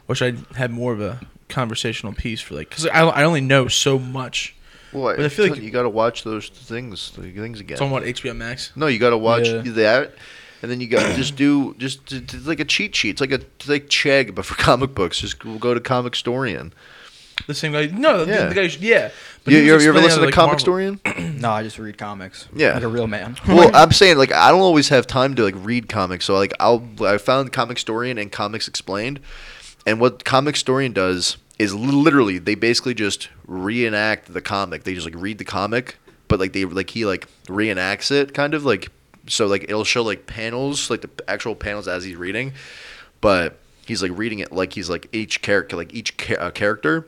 C: wish I had more of a conversational piece for like because I, I only know so much.
A: Well,
C: But I feel like-
A: you got to watch those things, the things again.
C: It's on what HBO Max.
A: No, you got to watch
B: Yeah.
A: that, and then you got to just do just t- t- like a cheat sheet. It's like a it's like Chegg, but for comic books. Just go go to Comic Storian.
C: The same guy. No, the,
A: Yeah.
C: the guy. Yeah. he
A: You,
C: was
A: you, ever- you ever
C: explaining
A: listen
C: how,
A: to
C: like,
A: Comic
C: Marvel-
A: Storian?
B: No, I just read comics.
A: Yeah.
B: Like a real man.
A: well, I'm saying like I don't always have time to like read comics, so like I'll I found Comic Storian and Comics Explained, and what Comic Storian does is literally they basically just reenact the comic. They just like read the comic but like they like he like reenacts it kind of like so like it'll show like panels like the actual panels as he's reading, but he's like reading it like he's like each character like each cha- uh, character,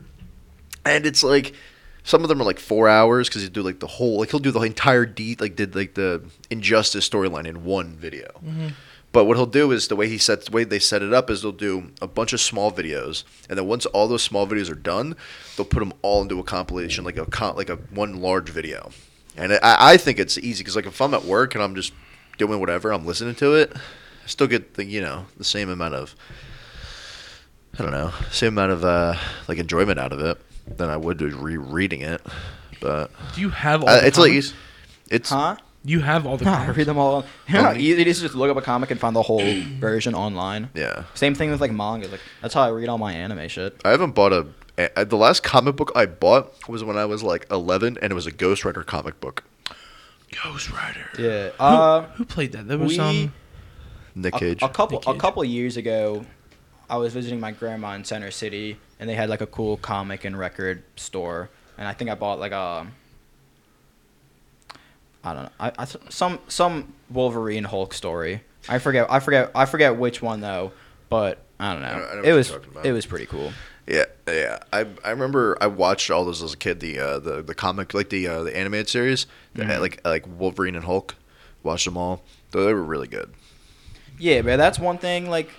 A: and it's like some of them are like four hours because he do like the whole like he'll do the entire de like did like the injustice storyline in one video. But what he'll do is the way he sets the way they set it up is they'll do a bunch of small videos, and then once all those small videos are done, they'll put them all into a compilation like a con- like a one large video. And I, I think it's easy because like if I'm at work and I'm just doing whatever, I'm listening to it, I still get the you know the same amount of I don't know same amount of uh, like enjoyment out of it than I would rereading it. But
C: Do you have all?
A: uh,
C: the
A: it's like
C: comics?
A: it's
B: Huh?
C: you have all the.
B: I
C: comics?
B: read them all. You know
A: How
B: how
A: many-
B: easy it is to just look up a comic and find the whole version online.
A: yeah.
B: Same thing with like manga. Like that's how I read all my anime shit.
A: I haven't bought a. a- uh, The last comic book I bought was when I was like 11, and it was a Ghost Rider comic book.
C: Ghost Rider.
B: Yeah.
C: Who,
B: Uh,
C: who played that? There was
B: we-
C: um.
A: Nick
B: a,
A: Cage.
B: a couple
C: Nick
B: a
C: Cage.
B: couple years ago, I was visiting my grandma in Center City, and they had like a cool comic and record store, and I think I bought like a. I don't know. I, I some some Wolverine Hulk story. I forget. I forget. I forget which one though. But I don't know.
A: I know what
B: it
A: you're
B: was
A: talking about.
B: it was pretty cool.
A: yeah, yeah. I, I remember I watched all those as a kid. The uh, the the comic like the uh, the animated series, the-
B: Mm-hmm.
A: like like Wolverine and Hulk. Watched them all. Though they were really good.
B: Yeah, but that's one thing. Like,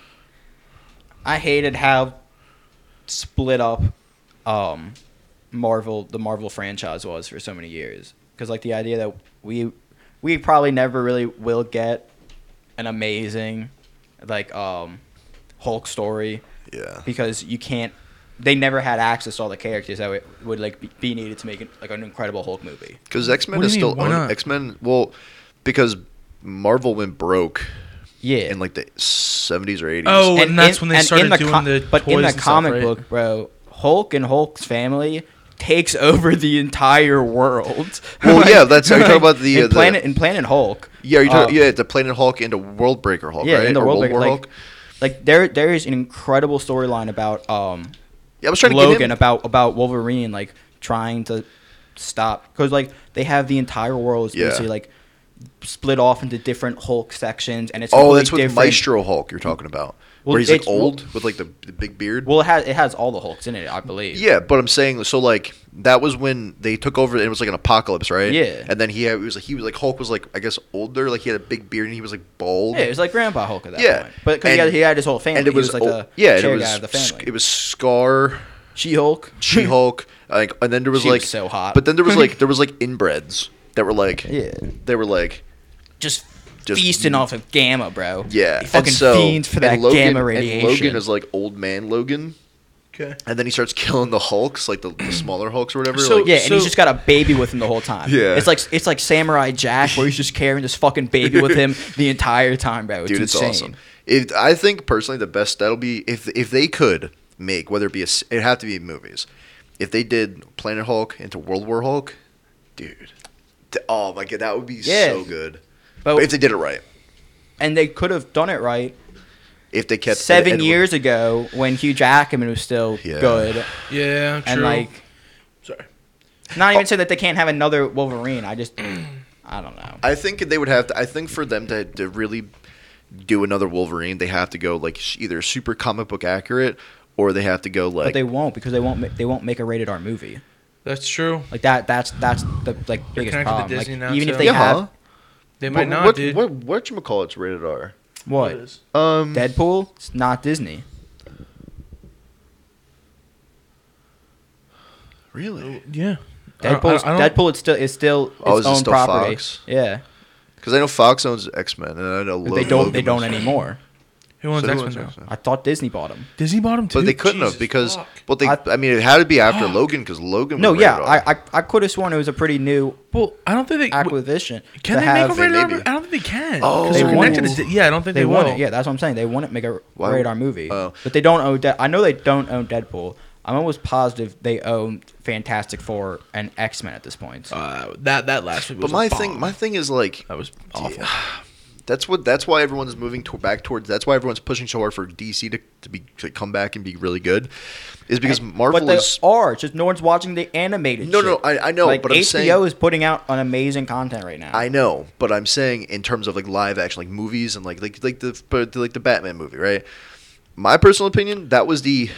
B: I hated how split up um, Marvel, the Marvel franchise was for so many years. Because like the idea that we we probably never really will get an amazing like um, Hulk story
A: Yeah.
B: because you can't. They never had access to all the characters that would, would like be- be needed to make it, like an incredible Hulk movie.
A: Because X Men
C: What do
A: is
C: you mean,
A: still
C: why
A: owned.
C: not?
A: X Men. Well, because Marvel went broke
B: Yeah,
A: in like the 70s or 80s.
C: Oh, and that's when they
B: and
C: started
B: the
C: doing
B: com-
C: the
B: But in
C: toys
B: the
C: and stuff,
B: comic
C: right?
B: book, bro, Hulk and Hulk's family takes over the entire world.
A: Well, yeah, that's- are you talking about the,
B: in
A: uh, the-
B: Planet in Planet Hulk.
A: yeah. You
B: uh,
A: talking yeah, the Planet Hulk into World Breaker Hulk,
B: yeah,
A: Oh, right?
B: in the
A: Or
B: world,
A: War
B: like, like, like there there is an incredible storyline about um
A: Yeah, I was trying to get
B: Logan
A: him.
B: about about Wolverine like trying to stop because like they have the entire world is
A: Yeah.
B: basically like split off into different Hulk sections and it's
A: Oh,
B: completely
A: that's what
B: different.
A: Maestro Hulk you're talking about,
B: Well,
A: where he's like
B: it's- well-
A: old with like the, the big beard.
B: Well, it has it has all the Hulks in it, I believe.
A: yeah, but I'm saying so like that was when they took over. and It was like an apocalypse, right?
B: Yeah.
A: And then he had, it was like he was like Hulk was like I guess older, like he had a big beard and he was like bald.
B: Yeah, it was like Grandpa Hulk at that
A: Yeah.
B: point. But because he,
A: And-
B: had- he had his whole family,
A: and it was,
B: he was like
A: oh,
B: a
A: yeah, and
B: chair
A: it was
B: guy of the
A: Sc-
B: family.
A: it was Scar,
B: She Hulk.
A: She Hulk, like and then there was
B: She
A: like
B: was so hot.
A: but then there was like there was like inbreds that were like
B: Yeah.
A: they were like
B: just,
A: Just-
B: feasting off of gamma, bro.
A: yeah
B: He fucking
A: and so,
B: fiends for
A: and
B: that
A: Logan-
B: gamma
A: And
B: radiation.
A: Logan is like old man Logan.
C: Okay.
A: And then he starts killing the Hulks, like the, the smaller Hulks or whatever.
C: So-
A: like,
B: yeah, and he's
C: so-
B: just got a baby with him the whole time.
A: Yeah.
B: it's like it's like Samurai Jack, where he's just carrying this fucking baby with him the entire time, bro. It's
A: dude, it's
B: insane.
A: awesome. If I think personally, the best that'll be if if they could make whether it be a s- it have to be movies. If they did Planet Hulk into World War Hulk, dude, th- oh my god, that would be
B: Yeah.
A: so good.
B: But-
A: But if they did it right,
B: And they could have done it right
A: if they kept
B: seven
A: Ed- Ed-
B: years ago when Hugh Jackman was still
A: Yeah.
B: good,
C: Yeah. True.
B: and like
C: sorry. Oh.
B: not even saying that they can't have another Wolverine. I just I don't know.
A: I think they would have to. I think for them to, to really do another Wolverine, they have to go like s- either super comic book accurate or they have to go like
B: but they won't because they won't ma- they won't make a rated R movie
C: That's true.
B: like that. That's that's the like biggest
C: connected to
B: problem.
C: Disney
B: like,
C: now,
B: even if
C: too.
B: they
A: yeah, huh?
B: have
C: They might
A: What,
C: not,
A: what,
C: dude.
A: what, what you call it's rated R?
B: what
C: is?
A: Um,
B: Deadpool, it's not Disney.
A: really?
C: Oh, Yeah. I don't- I
B: Deadpool,
C: don't- I don't-
B: Deadpool, it's still it's still its
A: Oh, is it
B: own
A: still
B: property.
A: Fox?
B: Yeah,
A: Because I know Fox owns X Men, and I know
B: But
A: Lo-
B: they don't they
A: Logan
B: don't
A: owns-
B: anymore.
C: Who owns
A: So
C: X Men
A: who owns
C: now?
A: X-Men?
B: I thought Disney bought them.
C: Disney bought him too.
A: But they couldn't
C: Jesus
A: have because
C: fuck.
A: well they
B: I-
A: I, mean it had to be after
C: Fuck.
A: Logan because Logan.
B: No,
A: was
B: yeah,
A: rated R.
B: I I, I could have sworn it was a pretty new
C: Well, I don't think they w-
B: acquisition.
C: can.
B: to
C: They
B: have,
C: make a rated R.
A: Maybe.
C: I don't think they can.
A: Oh,
C: 'cause
A: They
C: they're
B: want
C: connected
B: it.
C: to. Di- Yeah, I don't think
B: They,
C: they, will.
B: want it. Yeah, that's what I'm saying. They want it. Make a
A: Why-
B: radar movie,
A: Oh.
B: but they don't own. De- I know they don't own Deadpool. I'm almost positive they own Fantastic Four and X Men at this point.
C: Uh, that that last week.
A: But
C: was a
A: my
C: bomb.
A: thing, my thing is like
C: that was awful.
A: Yeah. That's what. That's why everyone's moving to, back towards. That's why everyone's pushing so hard for DC to, to be to come back and be really good, is because Marvel
B: but they
A: is.
B: are. It's just no one's watching the animated.
A: No,
B: shit.
A: no, I- I know,
B: Like,
A: but I'm
B: HBO
A: saying-
B: is putting out an amazing content right now.
A: I know, but I'm saying in terms of like live action, like movies and like like like the but like the Batman movie, right? My personal opinion, that was the,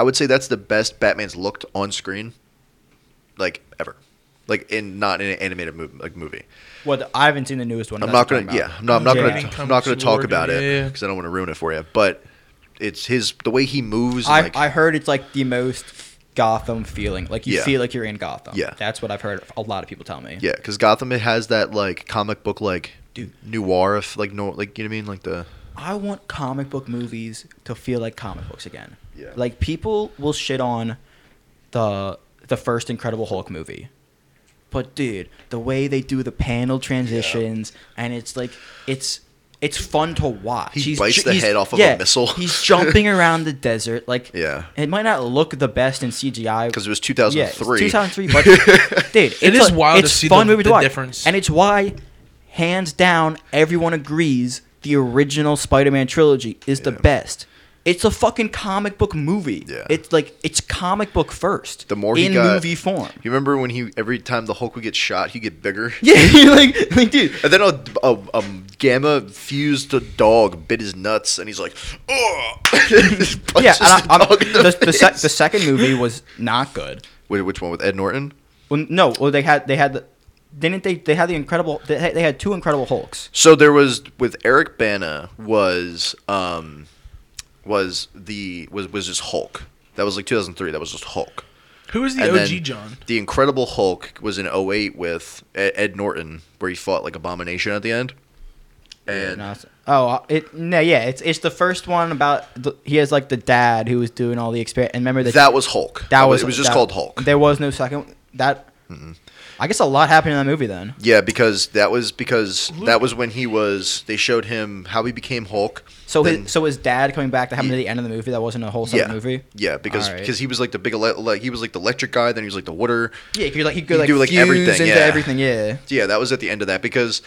A: I would say that's the best Batman's looked on screen, like ever, like in not in an animated movie, like movie.
B: What I haven't seen the newest one.
A: I'm
B: that's
A: not
B: what
A: gonna. Yeah, I'm not. I'm not
B: Yeah.
A: gonna.
C: Income
A: I'm not gonna talk
C: sword,
A: about
C: yeah,
A: it
C: yeah.
A: because I don't want to ruin it for you. But it's his the way he moves. and,
B: I,
A: like,
B: I heard it's like the most Gotham feeling. Like you
A: Yeah.
B: feel like you're in Gotham.
A: Yeah.
B: that's what I've heard a lot of people tell me.
A: yeah, because Gotham it has that like comic book like noir, if like no, like you know what I mean, like the
B: I want comic book movies to feel like comic books again.
A: Yeah.
B: Like people will shit on the the first Incredible Hulk movie. But dude, the way they do the panel transitions and it's like it's it's fun to watch.
A: He bites the head off of a missile.
B: he's jumping around the desert like
A: Yeah.
B: It might not look the best in CGI
A: because it was
B: yeah,
A: 2003.
B: 2003 budget. Dude, it's
C: It is
B: a-
C: wild to
B: it's
C: see
B: fun
C: the-
B: movie to
C: the
B: watch.
C: difference.
B: And it's why, hands down, everyone agrees the original Spider-Man trilogy is the
A: Yeah.
B: best. It's a fucking comic book movie.
A: Yeah.
B: It's like it's comic book first.
A: The more he
B: in
A: got-
B: movie form.
A: You remember when he every time the Hulk would get shot, he'd get bigger.
B: Yeah, you're like, like dude,
A: And then a, a, a gamma fused a dog bit his nuts, and he's like, "Oh!"
B: yeah. And I, I'm, the, the, sec- the second movie was not good.
A: Wait, which one with Ed Norton?
B: Well, no, well they had they had the didn't they they had the incredible they had, they had two incredible Hulks.
A: So there was with Eric Bana was um was the was was just Hulk. That was like 2003. That was just Hulk.
C: Who is the
A: And
C: OG
A: then
C: John?
A: The Incredible Hulk was in 08 with Ed, Ed Norton, where he fought like Abomination at the end. And
B: No, it's- oh, it no, yeah, it's it's the first one about the, he has like the dad who was doing all the experiment. And remember the,
A: that was Hulk.
B: that was
A: it was just
B: that-
A: called Hulk.
B: There was no second that. I guess a lot happened in that movie then.
A: Yeah, because that was because that was when he was. They showed him how he became Hulk.
B: So
A: then-
B: his so his dad coming back that happened at the end of the movie that wasn't a whole
A: yeah,
B: second movie.
A: yeah, because
B: Alright.
A: because he was like the big ele- like, he was like the electric guy. Then he was like the water.
B: Yeah, he could like he
A: You
B: could like,
A: do, like,
B: fuse
A: everything,
B: into
A: yeah.
B: everything. Yeah,
A: Yeah, that was at the end of that because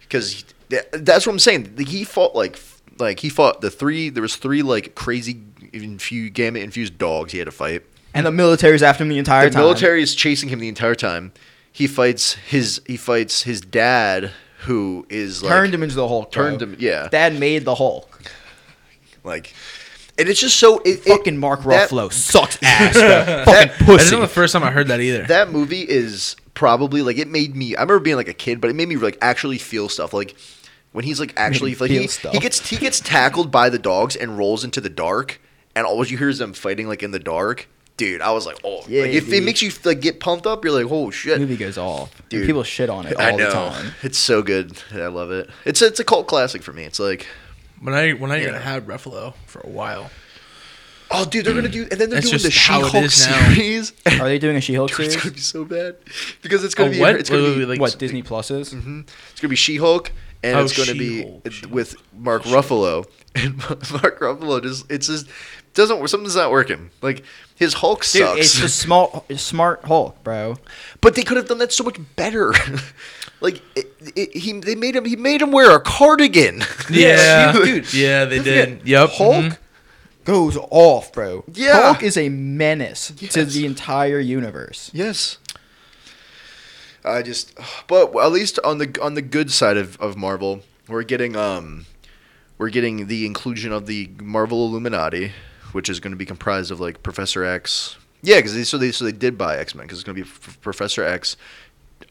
A: because that's what I'm saying. He fought like like he fought the three. There was three like crazy infused gamma infused dogs he had to fight.
B: and the military's after him the entire
A: the
B: time.
A: military is chasing him the entire time. He fights his he fights his dad who is like,
B: turned him into the Hulk.
A: turned
B: bro.
A: him- yeah.
B: dad made the Hulk.
A: like. And it's just so it, it-
B: Fucking Mark
A: that-
B: Ruffalo sucks ass. bro. Fucking
C: That's not the
B: pussy.
C: first time I heard that either.
A: that movie is probably like it made me. I remember being like a kid, but it made me like actually feel stuff. Like when he's like actually
B: Made you
A: like he,
B: feel stuff.
A: he gets he gets tackled by the dogs and rolls into the dark, and all you hear is them fighting like in the dark. Dude, I was like, oh,
B: Yeah,
A: like, if it
B: dude.
A: makes you like get pumped up, you're like, oh shit.
B: Movie goes off. And
A: Dude.
B: People shit on it all
A: I know
B: the time.
A: it's so good. I love it. It's it's a cult classic for me. It's like,
C: when I when I
A: Yeah.
C: had Ruffalo for a while,
A: oh, dude, they're gonna do, and then they're
C: That's
A: doing the
C: just how it
A: She-Hulk
C: is now.
A: series.
B: Are they doing a She-Hulk
A: Dude, it's
B: series?
A: gonna be so bad because it's gonna
C: A
A: be
C: Oh, what?
A: it's gonna
C: Wait,
A: be
C: wait, wait, like,
B: what Disney Plus is?
A: Mm-hmm. It's gonna be She-Hulk, and
C: Oh,
A: it's gonna be
C: She-Hulk,
A: it-
C: She-Hulk.
A: with Mark Ruffalo. And Mark Ruffalo just it's just doesn't something's not working. Like his Hulk
B: Dude,
A: sucks.
B: it's the small, smart Hulk, bro.
A: but they could have done that so much better. like it, it, he they made him he made him wear a cardigan.
C: Yeah.
A: Like,
C: Yeah, they
A: don't forget,
C: did. Yep.
A: Hulk.
C: Mhm.
B: Goes off, bro.
A: Yeah.
B: Hulk is a menace to
A: Yes.
B: the entire universe.
A: Yes. I just, but at least on the on the good side of, of Marvel, we're getting um, we're getting the inclusion of the Marvel Illuminati, which is going to be comprised of like Professor X. Yeah, because they, so they so they did buy X Men because it's going to be F- Professor X,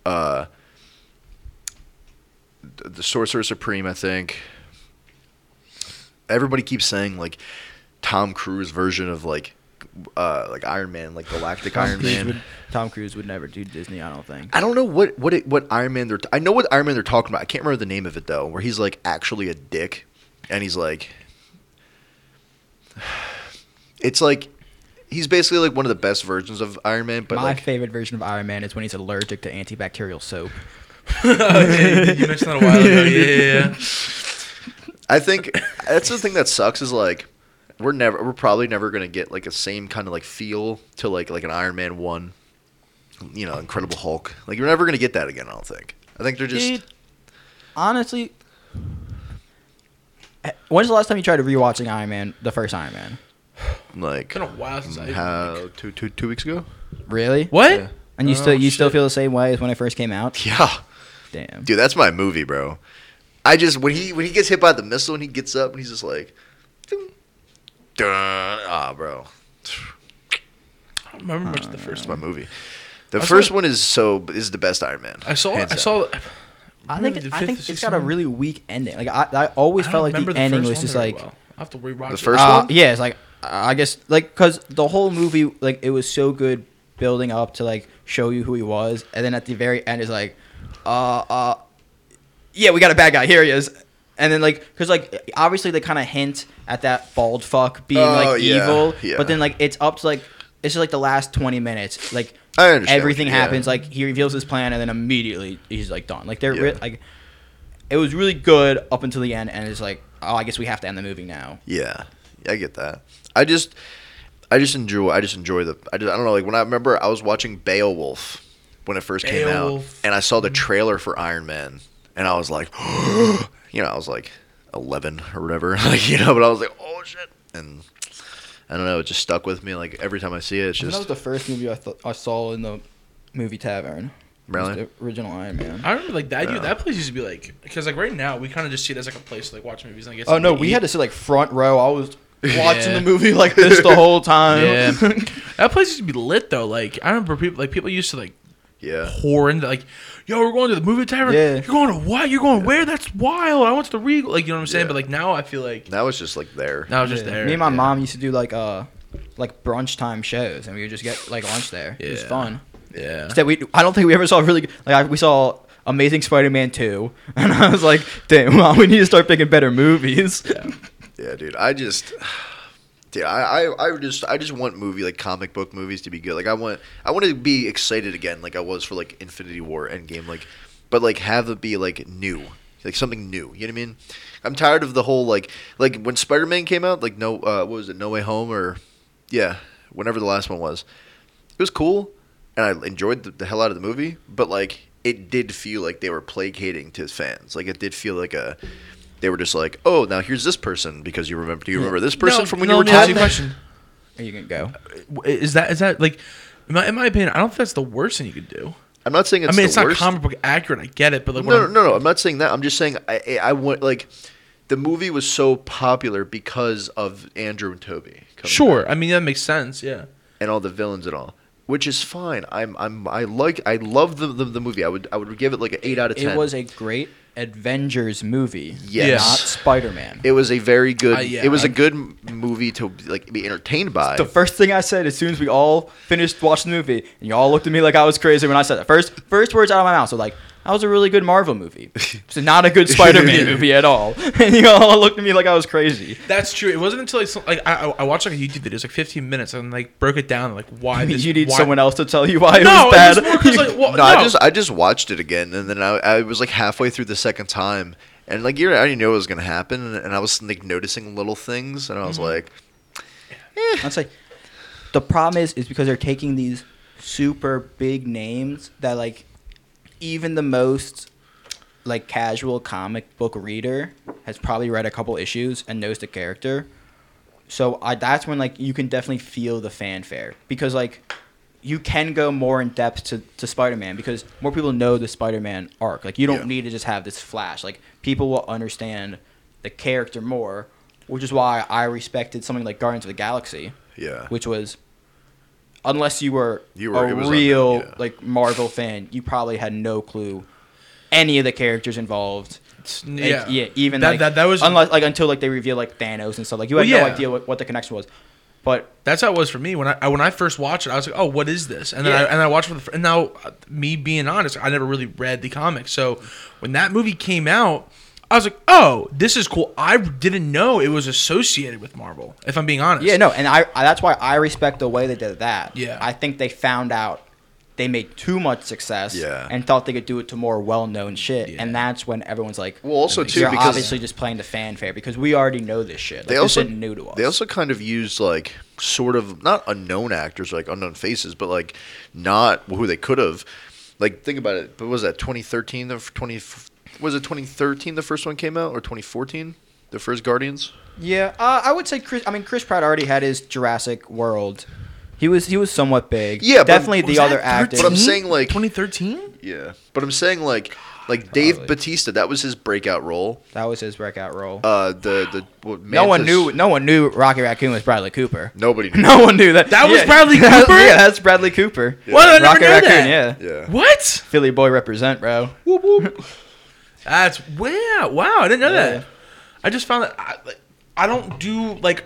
A: uh, th- the Sorcerer Supreme, I think. Everybody keeps saying like Tom Cruise version of like uh like Iron Man, like Galactic Iron Man.
B: Would, Tom Cruise would never do Disney, I don't think.
A: I don't know what what it, what Iron Man they're. I know what Iron Man they're talking about. I can't remember the name of it though. Where he's like actually a dick, and he's like, it's like he's basically like one of the best versions of Iron Man, but
B: My
A: like
B: favorite version of Iron Man is when he's allergic to antibacterial soap.
C: Oh, yeah, you mentioned that a while ago. Yeah, yeah, yeah.
A: I think that's the thing that sucks is like we're never we're probably never gonna get like a same kind of like feel to like like an Iron Man one, you know, Incredible Hulk. Like you're never gonna get that again. I don't think. I think they're just
B: Dude, honestly, eh, When's the last time you tried rewatching Iron Man, the first Iron Man?
A: Like mm,
C: It's been a while since I.
A: how two two two weeks ago?
B: Really?
C: What?
A: Yeah.
B: And you
C: Oh,
B: still you still
C: shit.
B: feel the same way as when it first came out?
A: Yeah,
B: Damn.
A: dude, that's my movie, bro. I just when he when he gets hit by the missile and he gets up and he's just like, dun, dun, ah, bro,
C: I don't remember much of the first
A: it's
C: one.
A: my movie. The
C: I saw
A: first
C: it.
A: one is so is the best Iron Man.
C: I saw.
A: hands
C: I
A: down.
C: saw.
B: I think
C: Remember the
B: I
C: fifth
B: think
C: or
B: it's
C: sixth
B: got a
C: one?
B: really weak ending. Like I, I always
C: I
B: felt
C: don't
B: like
C: remember
B: the, ending
C: first
B: was
C: one
B: just
C: very
B: like
C: well. I have to rewatch
A: The
C: it.
A: first
B: Uh,
A: one?
B: yeah, it's like I guess like because the whole movie like it was so good building up to like show you who he was, and then at the very end is like, uh, uh, yeah, we got a bad guy. Here he is. And then like, cause like obviously they kind of hint at that bald fuck being
A: Oh,
B: like
A: yeah,
B: evil,
A: yeah.
B: but then like it's up to like it's just like the last twenty minutes, like
A: I understand what
B: everything
A: you- yeah.
B: happens, like he reveals his plan, and then immediately he's like done. Like they're re-
A: Yeah.
B: like, it was really good up until the end, and it's like, oh, I guess we have to end the movie now.
A: Yeah, I get that. I just, I just enjoy. I just enjoy the. I, just, I don't know. Like when I remember, I was watching Beowulf when it first came out,
C: Beowulf.
A: and I saw the trailer for Iron Man, and I was like, you know, I was like eleven or whatever, like you know, but I was like, oh shit, and I don't know. It just stuck with me. Like every time I see it, it's
B: that was
A: just
B: the first movie I th- I saw in the movie tavern.
A: Really?
B: Was the original Iron Man.
C: I remember like that.
A: Yeah.
C: Dude, that place used to be like because like right now we kind of just see it as like a place to, like watch movies and like, get
B: Oh no,
C: something to
B: we
C: eat.
B: had to sit like front row. I was watching
C: Yeah.
B: the movie like this the whole time.
C: Yeah. that place used to be lit though. Like I remember people like people used to like
A: yeah.
C: pour into like, yo, we're going to the movie tavern.
B: Yeah.
C: You're going to what? You're going where? That's wild. I went to the Regal. Like you know what I'm saying?
A: Yeah.
C: But like now I feel like
A: That was just like there.
C: now it's just there.
B: Me and my
A: yeah.
B: mom used to do like uh like brunch time shows, and we would just get like lunch there. It was
C: Yeah.
B: fun.
A: Uh-huh.
C: yeah.
B: Instead, we I don't think we ever saw really like I, we saw Amazing Spider-Man two, and I was like, damn, mom, we need to start picking better movies.
A: Yeah, dude. I just, dude. I, I, I just, I just want movie like comic book movies to be good. Like I want, I want to be excited again, like I was for like Infinity War, Endgame, like, but like have it be like new, like something new. You know what I mean? I'm tired of the whole like, like when Spider Man came out, like no, uh, what was it, No Way Home or, yeah, whenever the last one was, it was cool, and I enjoyed the, the hell out of the movie, but like. It did feel like they were placating to fans. Like it did feel like a, they were just like, oh, now here's this person because you remember. Do you remember this person
C: No,
A: from when
C: no,
A: you were
C: let me ask
A: ten?
C: a question.
B: Are you gonna go?
C: Is that is that like? In my, in my opinion, I don't think that's the worst thing you could do.
A: I'm not saying it's
C: I mean, it's
A: the
C: not
A: worst.
C: comic book accurate. I get it, but like, when
A: no, no,
C: I'm-
A: no, no. I'm not saying that. I'm just saying I, I, I want like the movie was so popular because of Andrew and Toby. coming
C: sure.
A: back
C: I mean, that makes sense. Yeah.
A: and all the villains and all, which is fine. I'm, I'm, I like, I love the the, the movie. I would, I would give it like an eight out of ten.
B: It was a great Avengers movie.
A: Yes.
B: Not Spider-Man.
A: It was a very good.
C: Uh, yeah,
A: it was a
C: I'm-
A: good m- movie to like be entertained by.
B: the first thing I said as soon as we all finished watching the movie, and y'all looked at me like I was crazy when I said that. First, first words out of my mouth were like, "That was a really good Marvel movie. It's not a good Spider-Man movie at all." And you all looked at me like I was crazy.
C: That's true. It wasn't until like, some, like I, I I watched like a YouTube video, it's like 15 minutes, and like broke it down, like why this,
B: you need
C: why-
B: someone else to tell you why it
C: No,
B: was bad.
C: it was more 'cause, like, well,
A: no,
C: no,
A: I just I just watched it again, and then I, I was like halfway through the second time, and like you know, I already knew it was gonna happen, and, and I was like noticing little things, and I
B: Mm-hmm.
A: was like,
B: That's like the problem is is because they're taking these super big names that like even the most like casual comic book reader has probably read a couple issues and knows the character. So I, that's when like you can definitely feel the fanfare because like you can go more in depth to, to Spider-Man because more people know the Spider-Man arc. Like you don't
A: Yeah.
B: need to just have this flash. Like people will understand the character more, which is why I respected something like Guardians of the Galaxy
A: yeah,
B: which was unless you were,
A: You were-
B: a
A: it was
B: real
A: unknown, yeah.
B: like Marvel fan, you probably had no clue any of the characters involved. Like,
C: yeah,
B: yeah, even
C: that,
B: like,
C: that, that was
B: unless like until like they reveal like Thanos and stuff. Like you had
C: Well,
B: no
C: yeah.
B: idea what, what the connection was. But
C: That's how it was for me when I I- when I first watched it. I was like, "Oh, what is this?" And then I,
B: Yeah.
C: and I watched for the fir- and now uh, me being honest, I never really read the comic. So when that movie came out, I was like, "Oh, this is cool." I didn't know it was associated with Marvel. If I'm being honest,
B: yeah, no, and I, I that's why I respect the way they did that.
C: Yeah.
B: I think they found out they made too much success
A: Yeah.
B: and thought they could do it to more well-known shit
C: Yeah.
B: and that's when everyone's like
A: Well, also, too,
B: you're
A: because-
B: obviously just playing the fanfare because we already know this shit like,
A: they
B: this
A: also
B: isn't new to us
A: they also kind of used like sort of not unknown actors like unknown faces, but like not who they could have. Like think about it. What was that 2013 or 20 was it 2013 the first one came out or 2014? The first Guardians.
B: Yeah, uh, I would say Chris. I mean, Chris Pratt already had his Jurassic World. He was he was somewhat big.
A: Yeah, but-
B: definitely
C: Was
B: the
C: that
B: other actors.
A: But I'm saying, like-
C: 2013.
A: Yeah, but I'm saying like like Dave
D: Probably.
A: Batista. That was his breakout role.
B: that was his breakout role.
A: Uh, the the what,
B: no one
A: Mantis-
B: knew. No one knew Rocky Raccoon was Bradley Cooper.
A: Nobody. Knew.
B: No one knew that.
C: That was
B: Yeah.
C: Bradley
B: That-
C: Cooper?
B: yeah, that's Bradley Cooper.
C: What? I never
B: Rocket
C: knew
B: Raccoon,
C: that.
B: yeah.
A: Yeah.
C: What?
B: Philly boy represent, bro.
C: That's wow, wow! I didn't know
B: Yeah.
C: that. I just found that I, like, I don't do like,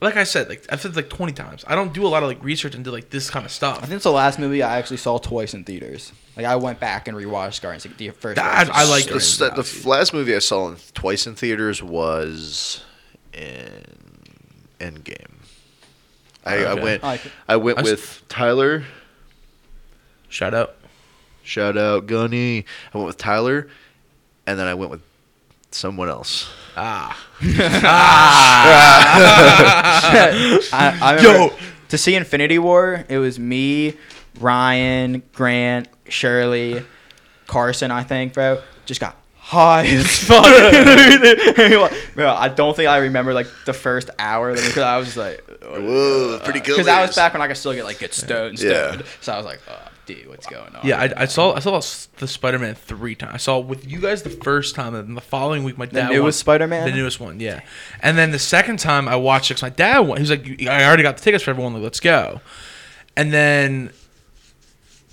C: like I said, like I've said like twenty times. I don't do a lot of like research into like this kind of stuff.
B: I think it's the last movie I actually saw twice in theaters. Like I went back and rewatched Guardians of the first.
C: That-
B: Guardians.
C: I like
A: the,
C: Guardians
A: the,
C: of the
A: the last movie I saw in, twice in theaters was in Endgame. I, I
C: Okay.
A: went.
B: I
A: I,
B: like it.
A: went
C: I s-
A: with Tyler.
C: Shout out.
A: Shout out Gunny. I went with Tyler, and then I went with someone else.
C: Ah,
B: I, I
C: Yo!
B: remember to see Infinity War. It was me, Ryan, Grant, Shirley, Carson. I think, bro, just got high as fuck. bro, I don't think I remember like the first hour because I was like,
C: Oh,
A: Whoa, pretty good.
B: because I was back when I could still get like get stoned,
A: Yeah.
B: stoned. So I was like, oh, dude, what's going on?
C: yeah. I, I saw I saw s- the Spider Man three times. I saw it with you guys the first time, and then the following week my dad.
B: newest
C: wa-
B: Spider-Man?
C: The newest one, yeah. And then the second time I watched it, 'cause my dad went. He was like, "You- "I already got the tickets for everyone. Like, let's go." And then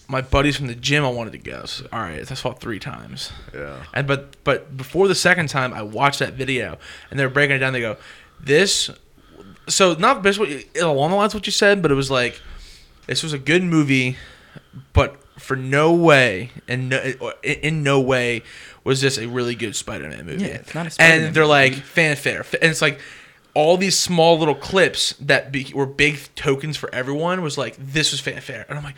C: my buddies from the gym, I wanted to go. So, all right, I saw it three times.
A: Yeah.
C: And but but before the second time, I watched that video and they're breaking it down. They go, "This, so not basically along the lines of what you said, but it was like this was a good movie, but for no way and no, in- in no way was this a really good Spider-Man movie.
B: Yeah, it's not a Spider-Man
C: and they're like fanfare, F- and it's like. All these small little clips that be, were big tokens for everyone was like this was fanfare, and I'm like,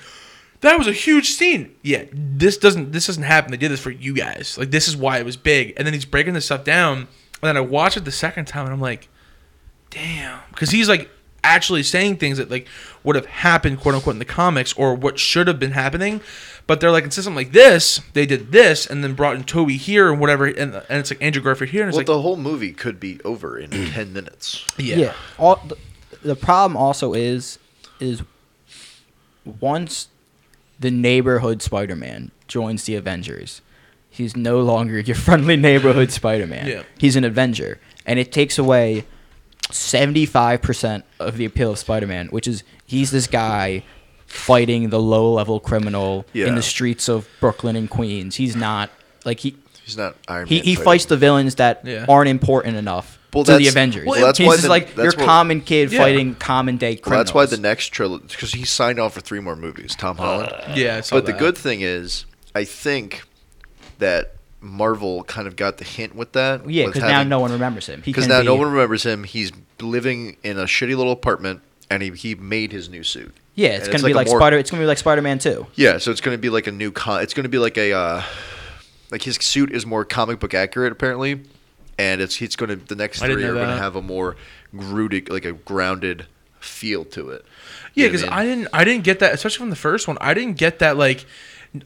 C: that was a huge scene. Yeah, this doesn't this doesn't happen. They did this for you guys. Like this is why it was big. And then he's breaking this stuff down. And then I watch it the second time, and I'm like, damn, because he's like actually saying things that like would have happened, quote unquote, in the comics or what should have been happening. But they're like in system like this. They did this, and then brought in Toby here and whatever, and, and it's like Andrew Garfield here, and it's
A: Well,
C: like
A: the whole movie could be over in ten minutes.
C: yeah.
B: yeah. All the, the problem also is is once the neighborhood Spider-Man joins the Avengers, he's no longer your friendly neighborhood Spider-Man.
C: Yeah.
B: He's an Avenger, and it takes away seventy-five percent of the appeal of Spider-Man, which is he's this guy fighting the low-level criminal in
A: Yeah.
B: the streets of Brooklyn and Queens. He's not like he.
A: He's not Iron
B: He,
A: Man.
B: he
A: fighting.
B: fights the villains that
C: Yeah.
B: aren't important enough
A: Well,
B: to the
A: that's-
B: Avengers.
A: well, that's
B: He's
A: why
B: just
A: the-
B: like your
A: that's what-
B: common kid
C: Yeah.
B: fighting common day
A: Well,
B: criminals. Uh,
A: that's why the next trilogy, because he signed on for three more movies. Tom Holland.
C: Yeah, I saw
A: But the
C: that.
A: good thing is, I think that Marvel kind of got the hint with that.
B: yeah,
A: with
B: because now
A: having-
B: no one remembers him. He
A: because
B: can
A: now
B: be-
A: no one remembers him. He's living in a shitty little apartment, and he, he made his new suit.
B: Yeah, it's
A: And
B: gonna be
A: a
B: like,
A: more-
B: Spider. It's gonna be like Spider Man Two.
A: Yeah, so it's gonna be like a new con. It's gonna be like a uh, like his suit is more comic book accurate apparently, and it's he's gonna the next
C: I didn't
A: three
C: know
A: are gonna
C: that.
A: have a more rooted like a grounded feel to it.
C: Yeah,
A: You know what
C: because
A: I
C: I
A: mean?
C: didn't I didn't get that, especially from the first one. I didn't get that like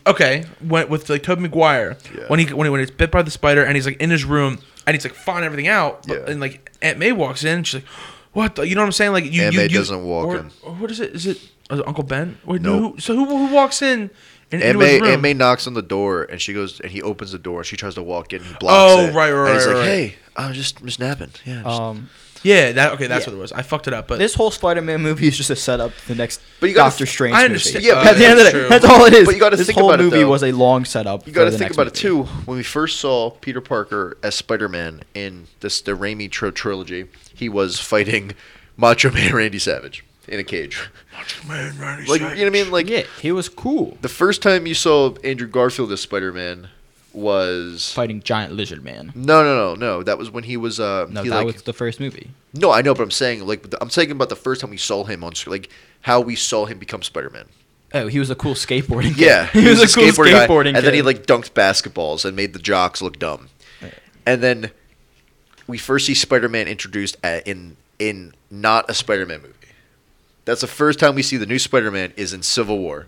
C: okay, went with like Tobey Maguire
A: Yeah.
C: when he when he when he's bit by the spider and he's like in his room and he's like finding everything out. But,
A: Yeah.
C: And like Aunt May walks in, she's like, "What? The? You know what I'm saying?" Like you,
A: Aunt
C: you,
A: May
C: you-
A: doesn't walk
C: or,
A: in.
C: Or what is it? Is it, is it Uncle Ben? Wait, no.
A: Nope.
C: Who, so who, who walks in? in
A: And
C: into his
A: May,
C: room?
A: Aunt May knocks on the door, and she goes, and he opens the door, and she tries to walk in, and he blocks
C: Oh,
A: it.
C: right, right,
A: and he's
C: right,
A: like,
C: right. Oh,
A: "Hey, I'm just just napping." Yeah. just-
B: Um,
C: Yeah, that okay. That's
B: Yeah.
C: what it was. I fucked it up, but
B: this whole Spider Man movie is just a setup. for The next
A: But you gotta
B: Doctor
A: th-
B: Strange.
C: I
B: movie.
C: understand.
A: Yeah, but
B: at the end of the
C: that's
B: day,
C: true.
B: that's all it is.
A: But you gotta
B: this
A: think
B: whole
A: about it,
B: movie
A: though.
B: was a long setup.
A: You got to
B: for the
A: think
B: next
A: about it
B: movie.
A: too. When we first saw Peter Parker as Spider-Man in this the Raimi tr- trilogy, he was fighting Macho Man Randy Savage in a cage.
C: Man, Randy
A: Like you know
C: Savage.
A: what I mean? Like
B: yeah, he was cool
A: the first time you saw Andrew Garfield as Spider-Man was
B: fighting giant lizard man.
A: no, no, no, no. That was when he was. Uh,
B: No,
A: Mm, he,
B: that
A: like-
B: was the first movie.
A: no, I know, but I'm saying like the, I'm saying about the first time we saw him on sc- like how we saw him become Spider-Man.
B: Oh, he was a cool skateboarding. kid.
A: Yeah,
B: he was, a cool
A: skateboard guy,
B: skateboarding.
A: and then he
B: kid.
A: like dunked basketballs and made the jocks look dumb. And then we first see Spider-Man introduced at, in in not a Spider-Man movie. That's the first time we see the new Spider-Man is in Civil War.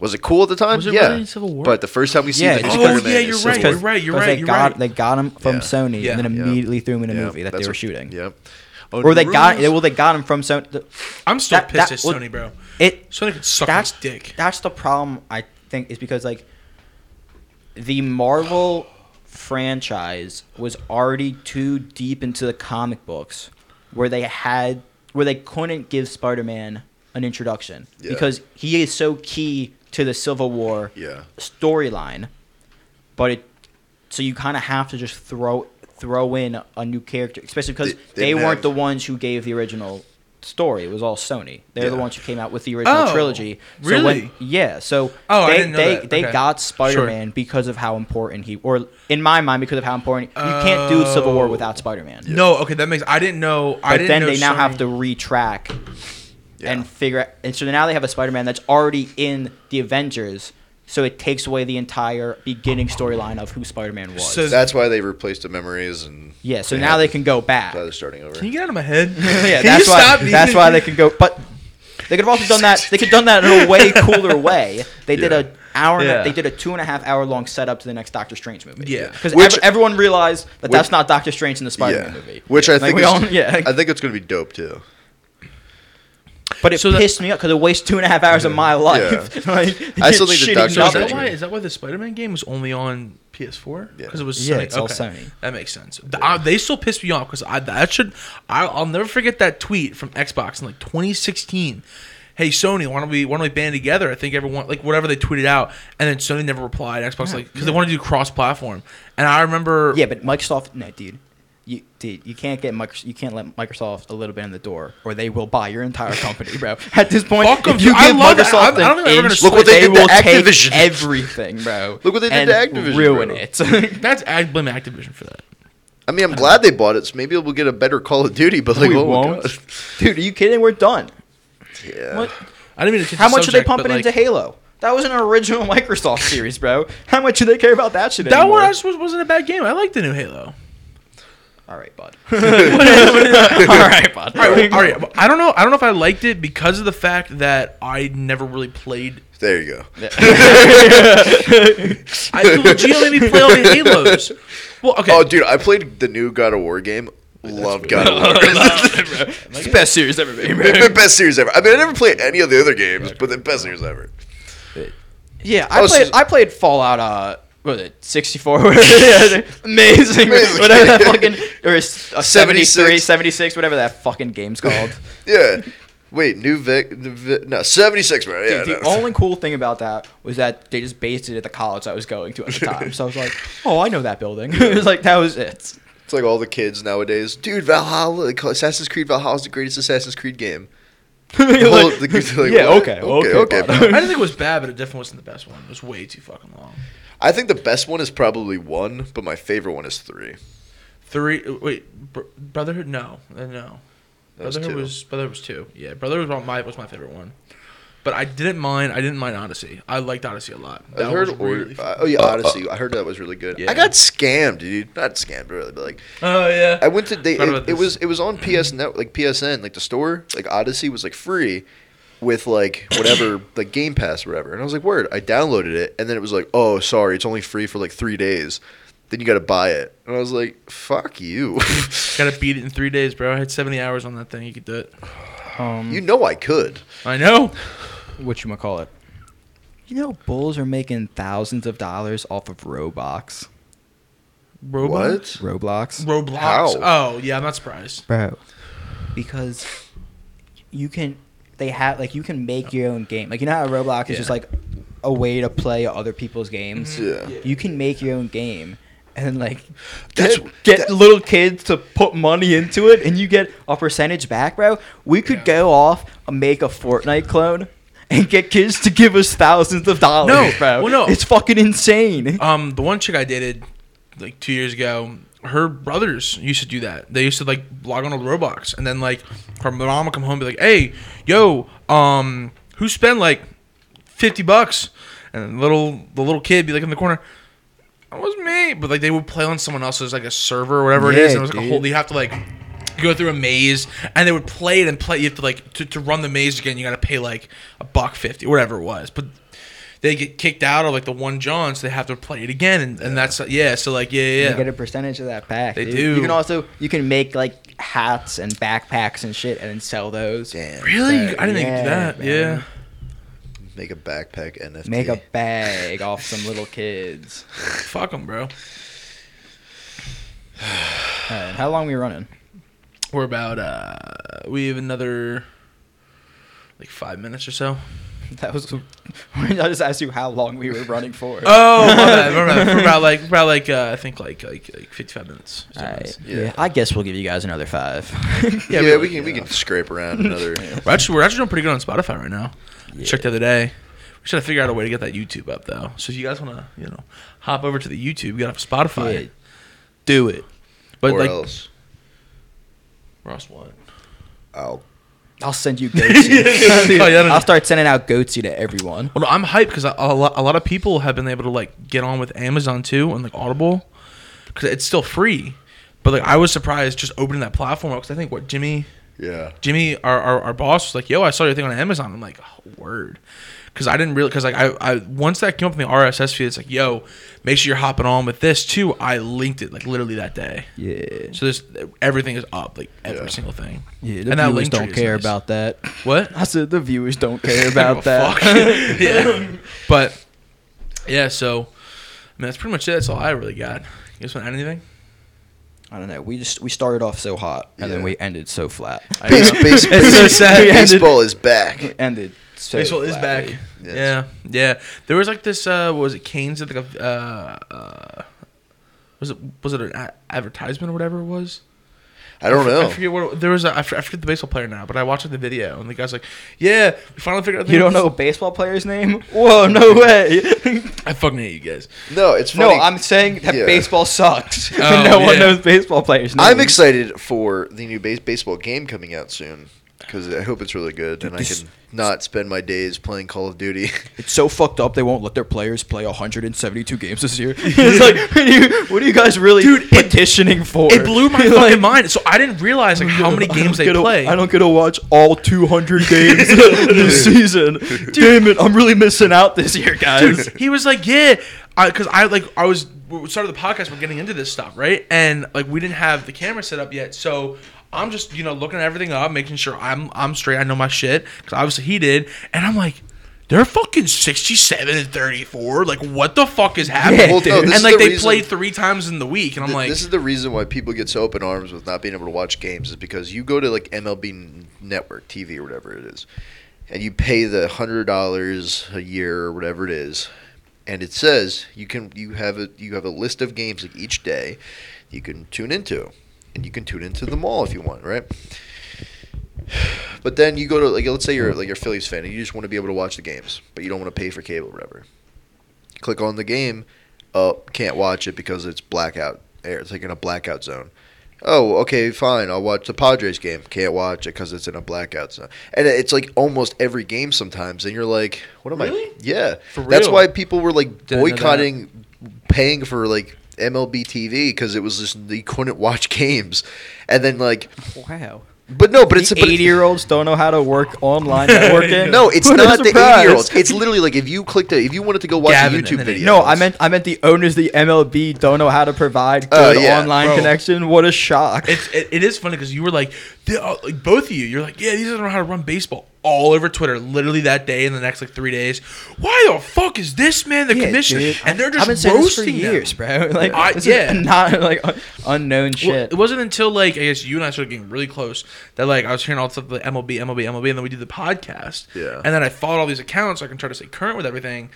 A: Was it cool at the time?
C: Was it
A: yeah.
C: really Civil War?
A: But the first time we see
B: Yeah,
A: the
B: it's
A: Spider-Man,
B: because-
C: Oh, yeah, you're
A: it's
C: right,
A: Civil
C: you're
A: War.
C: right.
B: Because
C: right,
B: they
C: you're
B: got
C: right.
B: they got him from
A: Yeah.
B: Sony
C: Yeah.
B: and then
A: Yeah.
B: immediately threw him in a
A: Yeah,
B: movie that they
A: that's
B: were
A: what-
B: shooting.
A: Yep.
B: Or they got
A: Rules.
B: well they got him from Sony. the-
C: I'm still
B: that-
C: pissed
B: that
C: at
B: was-
C: Sony, bro.
B: It
C: Sony could suck
B: that's
C: his dick.
B: That's the problem I think is because like the Marvel franchise was already too deep into the comic books where they had where they couldn't give Spider-Man an introduction
A: Yeah.
B: because he is so key to the Civil War
A: Yeah.
B: storyline, but it so you kind of have to just throw throw in a new character, especially because
A: They- they
B: they,
A: didn't
B: weren't
A: have-
B: the ones who gave the original story. It was all Sony. They're the
A: Yeah.
B: ones who came out with the original
C: Oh,
B: trilogy. So
C: really?
B: When, yeah. So
C: Oh, I
B: they
C: didn't know
B: they
C: that.
B: they
C: Okay.
B: got Spider Man because of how important he, or in my mind, because of how important you can't do Civil War
C: Oh.
B: without Spider Man.
C: No, okay, that makes. I didn't know. I
B: But
C: didn't
B: then
C: know
B: they now
C: Sony-
B: have to retrack
A: Yeah.
B: and figure out. And so now they have a Spider Man that's already in the Avengers, so it takes away the entire beginning storyline of who Spider Man was.
C: So-
A: That's why they replaced the memories and
B: yeah, so now they can go back.
A: now they're starting over.
C: Can you get out of my head?
B: yeah,
C: Can
B: that's
C: you
B: why.
C: stop me?
B: That's why they can go. But they could have also done that. They could have done that in a way cooler way. They did
A: Yeah.
B: a hour. And
C: Yeah.
B: a, they did a two and a half hour long setup to the next Doctor Strange movie.
C: Yeah.
B: because
A: Which-
B: everyone realized that
A: which-
B: that's not Doctor Strange in the Spider Man
A: yeah.
B: movie.
A: Which I
B: Like,
A: think
B: we
A: is,
B: all- yeah.
A: I think it's going to be dope too.
B: But it
C: So that-
B: pissed me off because it wastes two and a half hours of my life.
A: Yeah.
B: like,
A: I still think the
B: shitty
C: So
A: Doctor
C: is
A: Strange-
C: that
B: novel.
C: why? Is that why the Spider-Man game was only on PS4?
A: Yeah.
C: Because it was Sony.
B: Yeah, it's all
C: Okay.
B: Sony.
C: That makes sense. The- I- they still pissed me off because I that should I, I'll never forget that tweet from Xbox in like 2016. Hey Sony, why don't we why don't we band together? I think everyone like whatever they tweeted out, and then Sony never replied. Xbox like because they wanted to do cross-platform, and I remember
B: Yeah, but Microsoft, no, dude. You, dude, you can't get Microsoft, you can't let Microsoft a little bit in the door, or they will buy your entire company, bro. At this point,
C: Fuck 'em,
B: if you
C: dude. I
B: give
C: love that. I- I
B: Microsoft
C: don't think
B: an
C: they're ever
B: inch,
C: gonna Look
A: what they
B: they
A: did to
B: will take
A: Activision.
B: everything, bro.
A: Look what they
B: and
A: did to Activision,
B: Ruin
A: bro.
B: it.
C: that's I blame Activision for that.
A: I mean, I'm glad they bought it. So maybe we'll get a better Call of Duty. But like,
B: we
A: oh my
B: won't,
A: God.
B: dude. Are you kidding? We're done.
A: Yeah.
C: What? I didn't mean to. change
B: How
C: the
B: much are they
C: subject, but,
B: pumping
C: like,
B: into Halo? That was an original Microsoft series, bro. How much do they care about that shit?
C: That
B: anymore?
C: one I just was, wasn't a bad game. I liked the new Halo.
B: All right, bud. All right, bud.
C: All right, all right. I don't know. I don't know if I liked it because of the fact that I never really played.
A: There you go.
C: I legit only play all the Halos. Well, okay.
A: Oh, dude, I played the new God of War game. Love God of War.
B: It's the best series ever made, bro.
A: It's the best series ever. I mean, I never played any of the other games, but the best series ever.
B: Yeah, I
A: Oh, so-
B: played. I played Fallout. Uh, what was it sixty four? Amazing, amazing.
A: Amazing.
B: whatever that fucking or s- uh, 73,
A: 76.
B: 76, whatever that fucking game's called.
A: Yeah. Wait, new Vic, new Vic no, 76, bro. Yeah.
B: Dude, the
A: no.
B: only cool thing about that was that they just based it at the college I was going to at the time. So I was like, oh, I know that building. it was like that was it.
A: It's like all the kids nowadays. Dude, Valhalla, like, Assassin's Creed Valhalla is the greatest Assassin's Creed game. Well, the kids are like,
B: yeah,
A: what?
B: okay,
A: Okay,
B: okay,
A: okay,
B: bud.
C: I didn't think it was bad, but it definitely wasn't the best one. It was way too fucking long.
A: I think the best one is probably one, but my favorite one is three.
C: Three. Wait, Br- Brotherhood? No, Uh, no.
A: That was
C: Brotherhood
A: two.
C: was, Brotherhood was two. Yeah, Brotherhood was my was my favorite one. But I didn't mind. I didn't mind Odyssey. I liked Odyssey a lot. That
A: I heard,
C: was
A: or-
C: really.
A: uh, oh yeah, Odyssey. I heard that was really good.
C: Yeah.
A: I got scammed, dude. Not scammed, really, but like
C: oh yeah.
A: I went to they.
C: Forgot about
A: It, it
C: this.
A: was it was on PS Net, like PSN, like the store. Like Odyssey was like free with like whatever, like Game Pass, or whatever. And I was like, word. I downloaded it, and then it was like, oh, sorry, it's only free for like three days. Then you got to buy it, and I was like, fuck you.
C: Gotta beat it in three days, bro. I had seventy hours on that thing. You could do it.
B: Um,
A: you know I could.
C: I know.
B: what you call it? You know, bulls are making thousands of dollars off of Roblox.
C: Roblox.
A: What?
B: Roblox.
C: Roblox.
A: How?
C: Oh yeah, I'm not surprised.
B: bro because you can they have like you can make your own game like you know how roblox is just
C: Yeah.
B: like a way to play other people's games
A: Mm-hmm. Yeah.
C: Mm-hmm.
B: you can make your own game and like
A: That's-
B: get, get
A: that-
B: little kids to put money into it and you get a percentage back bro we could
C: Yeah.
B: go off and make a fortnite clone and get kids to give us thousands of dollars
C: No,
B: bro
C: well, no.
B: it's fucking insane
C: Um, the one chick I dated like two years ago, her brothers used to do that. They used to like log on to Roblox, and then like her mom would come home and be like, "Hey, yo, um, who spent like fifty bucks?" And the little the little kid be like in the corner. It was me, but like they would play on someone else's like a server or whatever it
B: Yeah,
C: is. And it was like a
B: dude.
C: whole. You have to like go through a maze, and they would play it and play. You have to like to, to run the maze again. You got to pay like a buck fifty, whatever it was. But they get kicked out of like the one John, so they have to play it again, and, and that's yeah. So like yeah, yeah,
B: You get a percentage of that pack.
C: They
B: dude.
C: do.
B: You can also you can make like hats and backpacks and shit, and then sell those.
C: really?
B: So,
C: I didn't
B: yeah,
C: think that.
B: man.
C: Yeah.
A: Make a backpack NFT.
B: Make a bag off some little kids.
C: Fuck them, bro.
B: Alright, Uh, how long we running?
C: We're about uh we have another like five minutes or so.
B: That was. I just asked you how long we were running for.
C: Oh, my bad, my bad. For about like about like uh, I think like like like fifty five minutes.
B: All right.
A: Yeah.
B: Yeah. I guess we'll give you guys another five.
A: Yeah,
C: but-
A: we can we can scrape around another.
C: We're actually we're actually doing pretty good on Spotify right now. I
B: Yeah.
C: Checked the other day. We should have figured out a way to get that YouTube up though. So if you guys want to you know hop over to the YouTube, get off Spotify,
B: Yeah.
C: do it. But
A: or
C: like
A: else,
C: Ross, what?
A: I'll
B: I'll send you goatsy.
C: Oh, yeah, I don't-
B: I'll start sending out goatsy to everyone.
C: Well, Oh, no, I'm hyped because a, a, lot, a lot of people have been able to like get on with Amazon too and like Audible because it's still free. But like I was surprised just opening that platform because I think what Jimmy
A: yeah.
C: Jimmy our, our our boss was like, "Yo, I saw your thing on Amazon." I'm like, oh, "Word," because I didn't really because like I, I once that came up in the RSS feed, it's like, "Yo, make sure you're hopping on with this too." I linked it like literally that day.
B: Yeah.
C: So there's everything is up like every
A: Yeah.
C: single thing.
B: Yeah.
C: And
B: The
C: that
B: viewers
C: link tree
B: don't
C: is
B: care
C: nice.
B: about that.
C: What?
B: I said the viewers don't care
C: I
B: about
C: don't give a
B: that.
C: fuck. yeah. But yeah, so I mean that's pretty much it. That's all I really got. You guys want to add anything?
B: I don't know. We just we started off so hot and
A: Yeah.
B: then we ended so flat. I
A: Base,
B: don't know.
A: base,
C: It's so sad.
B: We ended-
A: Baseball is back.
B: We ended. So
C: Baseball is back.
B: flatly.
A: Yes.
C: Yeah, yeah. There was like this. Uh, what was it? Canes at like a. Uh, uh, was it was it an a- advertisement or whatever it was?
A: I don't know.
C: I forget what it, there was. A, I, forget, I forget the baseball player now, but I watched the video and the guy's like, "Yeah, we finally figured out." the-
B: You don't know a baseball player's name? Whoa, no way.
C: I fucking hate you guys.
A: No, it's
B: no,
A: funny.
B: I'm saying that
A: Yeah.
B: baseball sucks.
C: Oh,
B: no one
C: yeah.
B: knows baseball players' names.
A: I'm excited for the new base- baseball game coming out soon because I hope it's really good and I
B: this-
A: can not spend my days playing Call of Duty.
B: It's so fucked up they won't let their players play 172 games this year. it's like, what are you, what are you guys really
C: Dude, it-
B: petitioning for?
C: It blew my
B: Like,
C: fucking mind. So I didn't realize like how many
B: I don't
C: games they
B: get to-
C: play.
B: I don't get to watch all 200 games this season. Damn it, I'm really missing out this year, guys.
C: dude, he was like, yeah, because I, like I was we started the podcast, we're getting into this stuff, right? And like we didn't have the camera set up yet, so I'm just you know looking everything up, making sure I'm I'm straight, I know my shit, because obviously he did, and I'm like. They're fucking sixty-seven and thirty-four. Like, what the fuck is happening?
B: Well, no,
A: this
C: and
A: is
C: like,
A: the
C: they
A: reason-
C: played three times in the week, and I'm
A: Th-
C: like,
A: this is the reason why people get so up in arms with not being able to watch games is because you go to like MLB n- Network TV or whatever it is, and you pay the hundred dollars a year or whatever it is, and it says you can you have a you have a list of games like each day, you can tune into, and you can tune into them all if you want, right? But then you go to like let's say
C: Hmm.
A: you're like you're a Phillies fan and you just want to be able to watch the games, but you don't want to pay for cable or whatever. Click on the game, uh, can't watch it because it's blackout. air- It's like in a blackout zone. Oh, okay, fine. I'll watch the Padres game. Can't watch it because it's in a blackout zone. And it's like almost every game sometimes. And you're like, what am I?
C: Really?
A: Yeah,
C: For
A: that's
C: real?
A: why people were like
C: Didn't know that.
A: boycotting, paying for like MLB TV because it was just you couldn't watch games. And then like,
B: Wow.
A: but no, but it's but it-
B: 80 year olds don't know how to work online networking.
A: no, it's
B: What a
A: not the
B: surprise.
A: eighty year olds. It's literally like if you clicked it, if you wanted to go watch
C: Gavin
A: a YouTube
C: and then-
A: video.
B: No, I meant I meant the owners of the MLB don't know how to provide
A: Oh,
B: good
A: yeah.
B: online
C: Bro.
B: connection. What a shock!
C: It's it, it is funny because you were like, they- uh, like both of you, you're like, yeah, these don't know how to run baseball. All over Twitter, literally that day and the next like three days. Why the fuck is this man the
B: Yeah,
C: commissioner?
B: dude.
C: And they're
B: I've
C: just
B: been saying this for
C: roasting them.
B: years, bro. Like
C: I-
B: this
C: yeah.
B: is not like un- unknown
C: Well,
B: shit.
C: it wasn't until like I guess you and I started getting really close that like I was hearing all the stuff like MLB, MLB, MLB, and then we did the podcast.
A: Yeah.
C: And then I followed all these accounts so I can try to stay current with everything,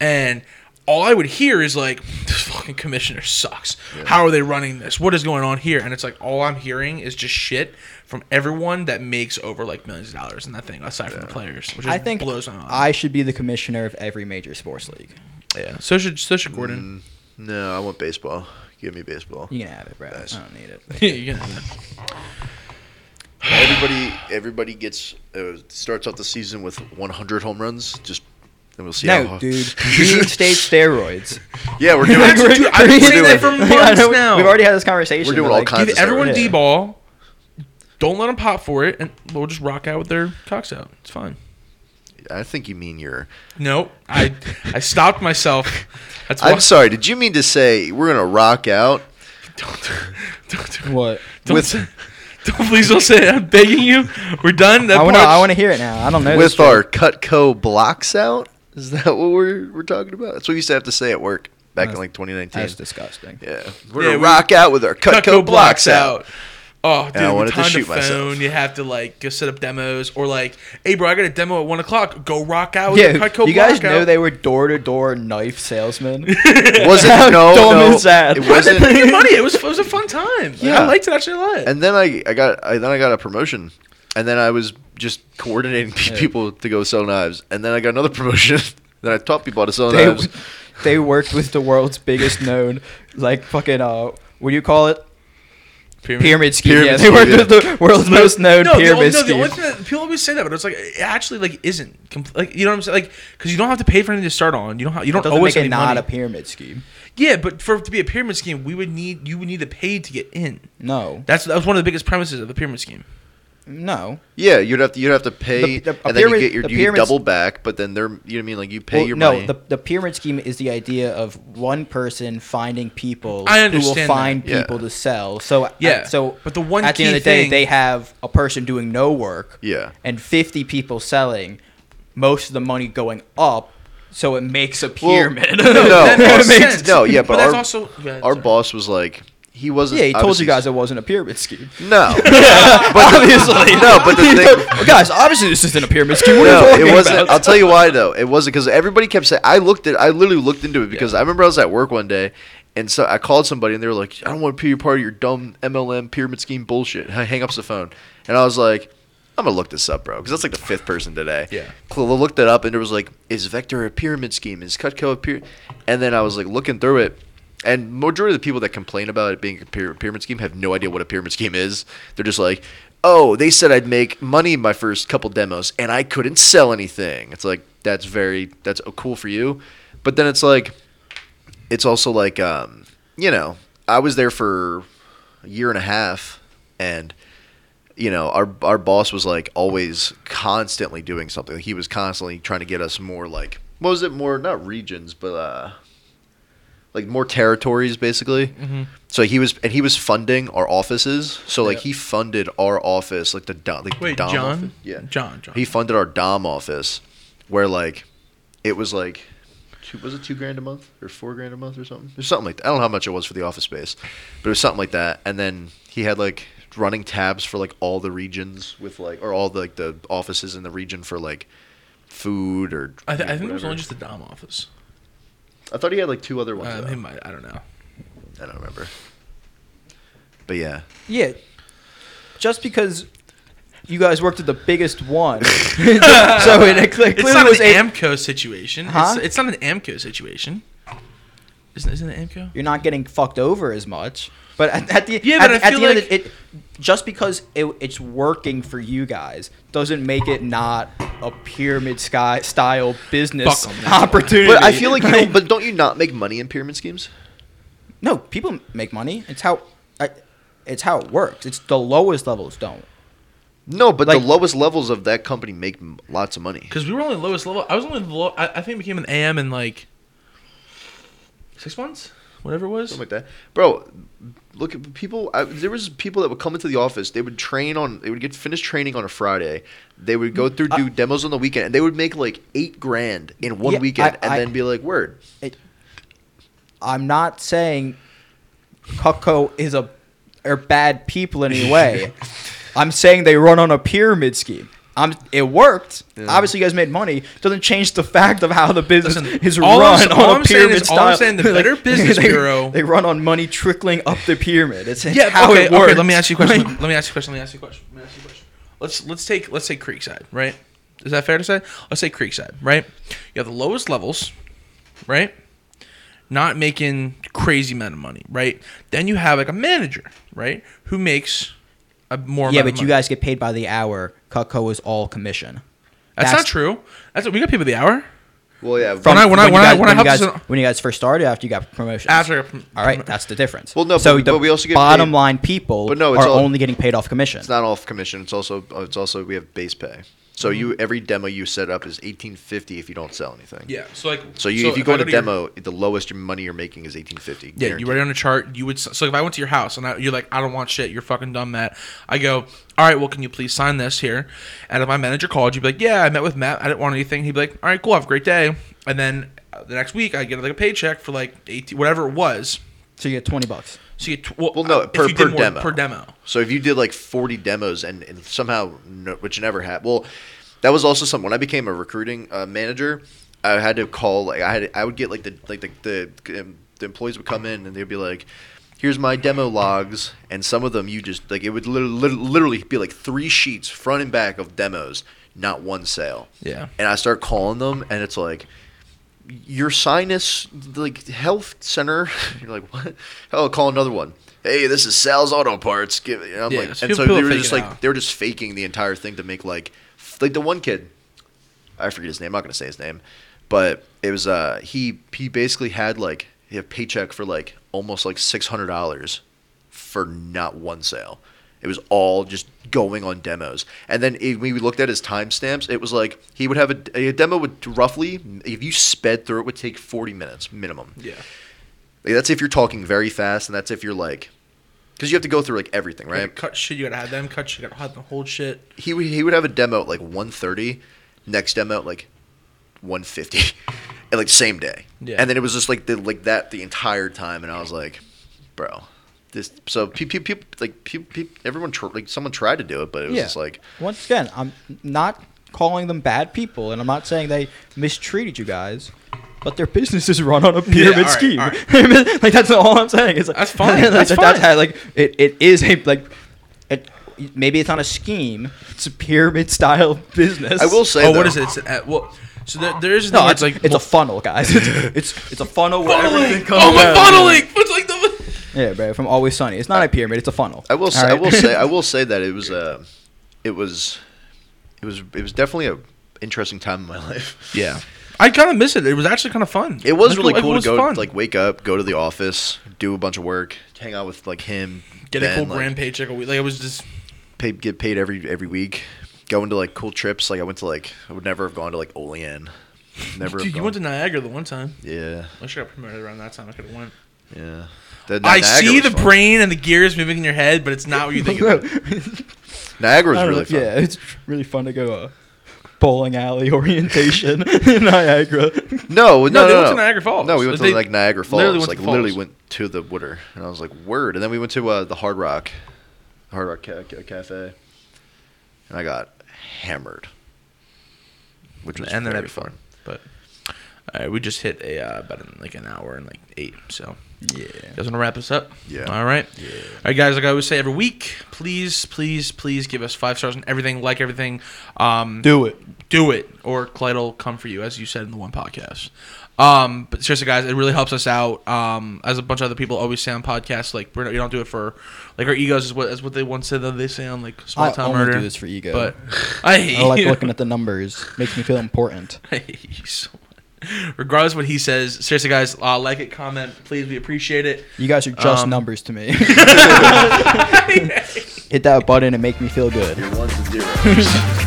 C: and all I would hear is like, "This fucking commissioner sucks. How are they running this? What is going on here?" And it's like all I'm hearing is just shit from everyone that makes over like millions of dollars in that thing, aside from the players, which is
B: I think
C: blows my mind.
B: I should be the commissioner of every major sports league.
C: yeah. So should so should Gordon.
A: No, I want baseball. Give me baseball.
B: You can have it, bro.
A: Nice.
B: I don't need it.
C: You can-
A: Everybody, everybody gets uh, starts off the season with 100 home runs. Just and we'll see.
B: No,
A: how,
B: dude. Reinstate steroids.
A: yeah, we're doing.
C: That's-
A: it.
C: dude, I've been
B: We're
C: saying that
B: doing-
C: for
B: Like, I
C: months
B: know-
C: now.
B: We've already had this conversation.
A: We're doing
B: but,
A: all
B: like,
A: kinds
C: Give
A: That's
C: everyone
B: steroids.
C: D ball. Don't let them pop for it, and we'll just rock out with their cocks out. It's fine.
A: I think you mean your.
C: Nope. I I stopped myself. That's why.
A: I'm sorry. Did you mean to say we're gonna rock out?
C: Don't, don't, don't,
B: What?
C: don't,
A: With-
C: say- don't- please don't say it. I'm begging you. We're done. That
B: I want to.
C: part-
B: I want to hear it now. I don't know. this
A: with
B: shit.
A: our Cutco blocks out? Is that what we're we're talking about? That's what we used to have to say at work back in
B: That's-
A: like 2019.
B: That's disgusting.
A: yeah, we're
C: Yeah,
A: gonna
C: we-
A: rock out with our Cutco, blocks, out.
C: Oh, dude,
A: I
C: with
A: wanted to
C: time to
A: shoot
C: phone,
A: myself.
C: you have to like go set up demos or like, hey bro, I got a demo at one o'clock. Go rock out with
B: Yeah,
C: the Cutco
B: you guys
C: Blockout."
B: know they were door to door knife salesmen.
A: Wasn't no,
B: dumb
A: no,
B: is that?
A: it
B: How
C: They put
A: wasn't.
C: in money. It was it was a fun time. Like,
A: Yeah.
C: I liked it. I actually liked it.
A: and then I, I got I, then I got a promotion, and then I was just coordinating pe-
B: Yeah.
A: people to go sell knives, and then I got another promotion. then I taught people how to sell
B: they,
A: knives.
B: they worked with the world's biggest known, like fucking uh, what do you call it? Pyramid scheme.
A: Pyramid
B: yeah, they
A: scheme,
B: worked
A: yeah.
B: with the world's most known
C: no, the, only-
B: pyramid
C: no, the only
B: scheme.
C: thing that people always say that, but it's like it actually like isn't compl- like you know what I'm saying, like because you don't have to pay for anything to start on. You don't have, you
B: It
C: don't
B: doesn't
C: always
B: make
C: have
B: it
C: any
B: not
C: money.
B: a pyramid scheme.
C: yeah, but for it to be a pyramid scheme, we would need you would need to pay to get in.
B: No,
C: That's that was one of the biggest premises of the pyramid scheme.
B: no.
A: yeah, you'd have to you'd have to pay,
B: The- the- a pyramid-
A: and then you get
B: the
A: your you
B: pyramids-
A: double back, but then they're you know what I mean like you pay
B: Well,
A: your
B: no,
A: money.
B: the the pyramid scheme is the idea of one person finding people
C: I
B: who will
C: understand
B: find
A: that, yeah.
B: people to sell. So
C: Yeah,
B: uh, so
C: but the one
B: at the end
C: key
B: of the day,
C: thing-
B: they have a person doing no work.
A: Yeah.
B: and fifty people selling, most of the money going up. So it makes a
A: Well,
B: pyramid.
A: No,
C: that makes
A: no,
C: sense.
A: no, yeah, but,
C: But that's
A: our,
C: also- go ahead,
A: our
C: sorry.
A: boss was like, he wasn't.
B: yeah, he told you
A: obviously-
B: guys it wasn't a pyramid scheme.
A: No, but obviously, no, but the thing,
B: guys, obviously this isn't a pyramid scheme. What are you
A: no,
B: talking
A: it wasn't.
B: about?
A: I'll tell you why though. It wasn't because everybody kept saying. I looked at. I literally looked into it because I remember I was at work one day, and so I called somebody, and they were like, "I don't want to be a part of your dumb MLM pyramid scheme bullshit." I hang up the phone, and I was like. I'm gonna look this up, bro, because that's like the fifth person today.
C: Yeah.
A: Cl- looked it up, and it was like, "Is Vector a pyramid scheme? Is Cutco a pyramid?" And then I was like looking through it, and majority of the people that complain about it being a pyra- pyramid scheme have no idea what a pyramid scheme is. They're just like, "Oh, they said I'd make money my first couple demos, and I couldn't sell anything." It's like that's very that's uh, cool for you, but then it's like, it's also like, um, you know, I was there for a year and a half, and you know, our our boss was like always constantly doing something. He was constantly trying to get us more like what was it more not regions but uh like more territories basically.
C: Mm-hmm.
A: So he was and he was funding our offices. So like
B: Yeah.
A: he funded our office like the Dom, like the
C: Wait,
A: Dom
C: John?
A: office. Yeah.
C: John, John.
A: He funded our Dom office where like it was like two, was it two grand a month or four grand a month or something? There's something like that. I don't know how much it was for the office space, but it was something like that. And then he had like running tabs for like all the regions with like or all the, like the offices in the region for like food or
C: I, th- I think it was
A: whatever.
C: only just the Dom office.
A: I thought he had like two other ones.
C: Uh,
A: though.
C: he might, I don't know.
A: I don't remember. But yeah,
B: Yeah. Just because you guys worked at the biggest one, so it cl-
C: It's
B: clearly
C: not
B: was
C: an
B: a.
C: Amco situation.
B: Huh?
C: It's, it's not an Amco situation. Isn't, isn't it Amco?
B: You're not getting fucked over as much, but at, at the
C: Yeah,
B: at,
C: but I
B: at the
C: feel
B: end of
C: like-
B: the, it, just because it, it's working for you guys doesn't make it not a pyramid sky style business
C: Fuck 'em, that's why.
B: opportunity.
A: but I feel like you don't, but don't you not make money in pyramid schemes?
B: no, people make money. It's how, I, it's how it works. It's the lowest levels don't.
A: No, but
B: Like-
A: the lowest levels of that company make m- lots of money.
C: Because we were only lowest level. I was only low. I, I think I became an AM in like six months, whatever it was.
A: something like that. Bro, look at people. I, there was people that would come into the office. They would train on. They would get finished training on a Friday. They would
C: Mm,
A: go through do demos on the weekend, and they would make like eight grand in one
B: Yeah,
A: weekend,
B: I-
A: and
B: I-
A: then be like, "Word,
B: it, I'm not saying Cutco is a are bad people in any way. I'm saying they run on a pyramid scheme. I'm, it worked. Obviously, you guys made money. Doesn't change the fact of how the business
C: Listen,
B: is
C: all I'm
B: run
C: s-
B: on
C: all
B: a
C: I'm saying
B: pyramid
C: is- all
B: style.
C: I'm saying, the Better Business
B: they,
C: Bureau-
B: They run on money trickling up the pyramid. It's
C: Yeah.
B: how
C: okay,
B: it works.
C: okay. Let me ask you a question.
B: Like,
C: let me ask you a question. Let me ask you a question. Let me ask you a question. Let's let's take let's take Creekside. Right? Is that fair to say? Let's say Creekside. Right? You have the lowest levels. Right? Not making crazy amount of money. Right? Then you have like a manager. Right? Who makes a more.
B: yeah,
C: amount of
B: but you
C: money.
B: guys get paid by the hour. Cutco is all commission.
C: That's, not true. That's we got people the hour.
A: well, yeah."
C: From- When I- when I-
B: you
C: when I-
B: guys-
C: when I
B: you
C: helped
B: guys-
C: us in-
B: when you guys first started after you got promotion
C: After I got prom-
B: all right that's the difference
A: Well, no,
B: so
A: but-
B: the
A: but we also get
B: bottom
A: paid-
B: line people
A: But no, it's
B: are
A: all-
B: only getting paid off commission
A: it's not off commission. It's also it's also uh, we have base pay. So
C: Mm-hmm.
A: you every demo you set up is eighteen fifty if you don't sell anything.
C: Yeah. So like.
A: So you if you
C: I
A: go to
C: your-
A: demo, the lowest your money you're making is eighteen fifty.
C: Yeah, you write it on a chart. You would so if I went to your house and I, you're like, I don't want shit. You're fucking dumb, Matt. I go, all right. Well, can you please sign this here? And if my manager called, you'd be like, Yeah, I met with Matt. I didn't want anything. He'd be like, All right, cool. Have a great day. And then uh, the next week, I get like a paycheck for like eighteen, whatever it was.
B: So you get twenty bucks.
C: So you get tw- well,
A: Well, no,
C: uh, if
A: per-
C: you did
A: per
C: more-
A: demo.
C: per demo.
A: So if you did like 40 demos and, and somehow, no, which never happened. Well, that was also something. When I became a recruiting uh, manager, I had to call. Like I had, I would get like the like the the, um, the employees would come in and they'd be like. Here's my demo logs, and some of them you just like it would lit- lit- literally be like three sheets front and back of demos, not one sale.
C: Yeah.
A: And I start calling them, and it's like, your sinus like health center. You're like, what? Oh, call another one. Hey, this is Sal's Auto Parts. Give it. I'm
C: Yeah,
A: like,
C: so
A: and so
C: people
A: they were
C: fake
A: just
C: it
A: like
C: out.
A: they were just faking the entire thing to make like f- like the one kid. I forget his name. I'm not gonna say his name, but it was uh he he basically had like a paycheck for like almost like six hundred dollars for not one sale. It was all just going on demos. And then if we looked at his timestamps, it was like he would have a, a demo would roughly, if you sped through it, would take 40 minutes minimum.
C: Yeah.
A: Like, that's if you're talking very fast, and that's if you're like, because you have to go through like everything, right?
C: Like, cut shit. You gotta have them cut shit. You gotta have them hold shit.
A: he would he would have a demo at like 1.30 next demo at like 1.50 and like same day
C: Yeah.
A: and then it was just like the, like that the entire time and i was like bro this so pe- pe- pe- like pe- pe- everyone tr- like someone tried to do it but it was just like
B: Once again, I'm not calling them bad people, and I'm not saying they mistreated you guys. But their businesses run on a pyramid
C: all right,
B: scheme.
C: all
B: like that's all I'm saying. It's like,
C: That's fine,
B: like,
C: that's
B: That's
C: fine.
B: how, like it, it is a like. It, maybe it's not a scheme. It's a pyramid style business.
A: i will say
C: oh, what
A: though-
C: is it? It's an, ad- well, so there, there is
B: No,
C: no.
B: it's like it's a funnel, guys. It's it's, it's a funnel where everything
C: funneling.
B: comes
C: Oh my
B: out.
C: funneling. It's like the.
B: Yeah, bro. From Always Sunny. It's not a pyramid. It's a funnel.
A: I will say,
B: All
A: I
B: right?
A: will say, I will say that it was, uh, it was, it was, it was definitely a interesting time in my life.
C: Yeah. I kind of miss it. It was actually kind of fun.
A: It was
C: Like,
A: really
C: like,
A: cool
C: was
A: to go,
C: fun.
A: like, wake up, go to the office, do a bunch of work, hang out with like him,
C: get a
A: Ben,
C: cool
A: like,
C: grand paycheck a week. Like it was just
A: pay, get paid every every week. Go into like cool trips. Like I went to like I would never have gone to like Olean. Never. have
C: Dude, you
A: gone.
C: went to Niagara the one time.
A: Yeah,
C: I should have promoted around that time. I could have won.
A: yeah. The-
C: I
A: Niagara
C: see
A: was
C: the
A: fun.
C: brain and the gears moving in your head, but it's not what you think. it is.
B: I
A: Niagara was
B: don't know,
A: really fun.
B: Yeah, it's really fun to go uh, bowling alley orientation in Niagara.
A: No, no,
C: No,
A: no,
C: they
A: no.
C: went to Niagara Falls.
A: No, we went
C: They
A: to like Niagara Falls.
C: literally went
A: like
C: to
A: literally
C: Falls.
A: went to the Wooder, and I was like, "Word!" And then we went to uh, the Hard Rock, Hard Rock ca- ca- Cafe, and I got hammered, which was
C: And then
A: very
C: that'd be fun.
A: fun.
C: But all right, we just hit a uh, about an, like an hour and like eight. So
B: Yeah.
C: you guys want to wrap us up?
A: Yeah.
C: All right. Yeah. All right, guys. Like I always say every week, please, please, please give us five stars on everything. Like everything. Um,
B: Do it.
C: do it or Clyde will come for you as you said in the one podcast um but seriously guys it really helps us out um as a bunch of other people always say on podcasts like we're not, you don't do it for like our egos is what is what they once said that they say on like small
B: I
C: town
B: only
C: murder
B: do this for ego.
C: but i hate
B: I like
C: you.
B: looking at the numbers. Makes me feel important.
C: I hate you so much. regardless of what he says seriously guys uh, like it comment please we appreciate it
B: You guys are just
C: Um,
B: numbers to me. Hit that button and make me feel good.
A: Your ones and zeros.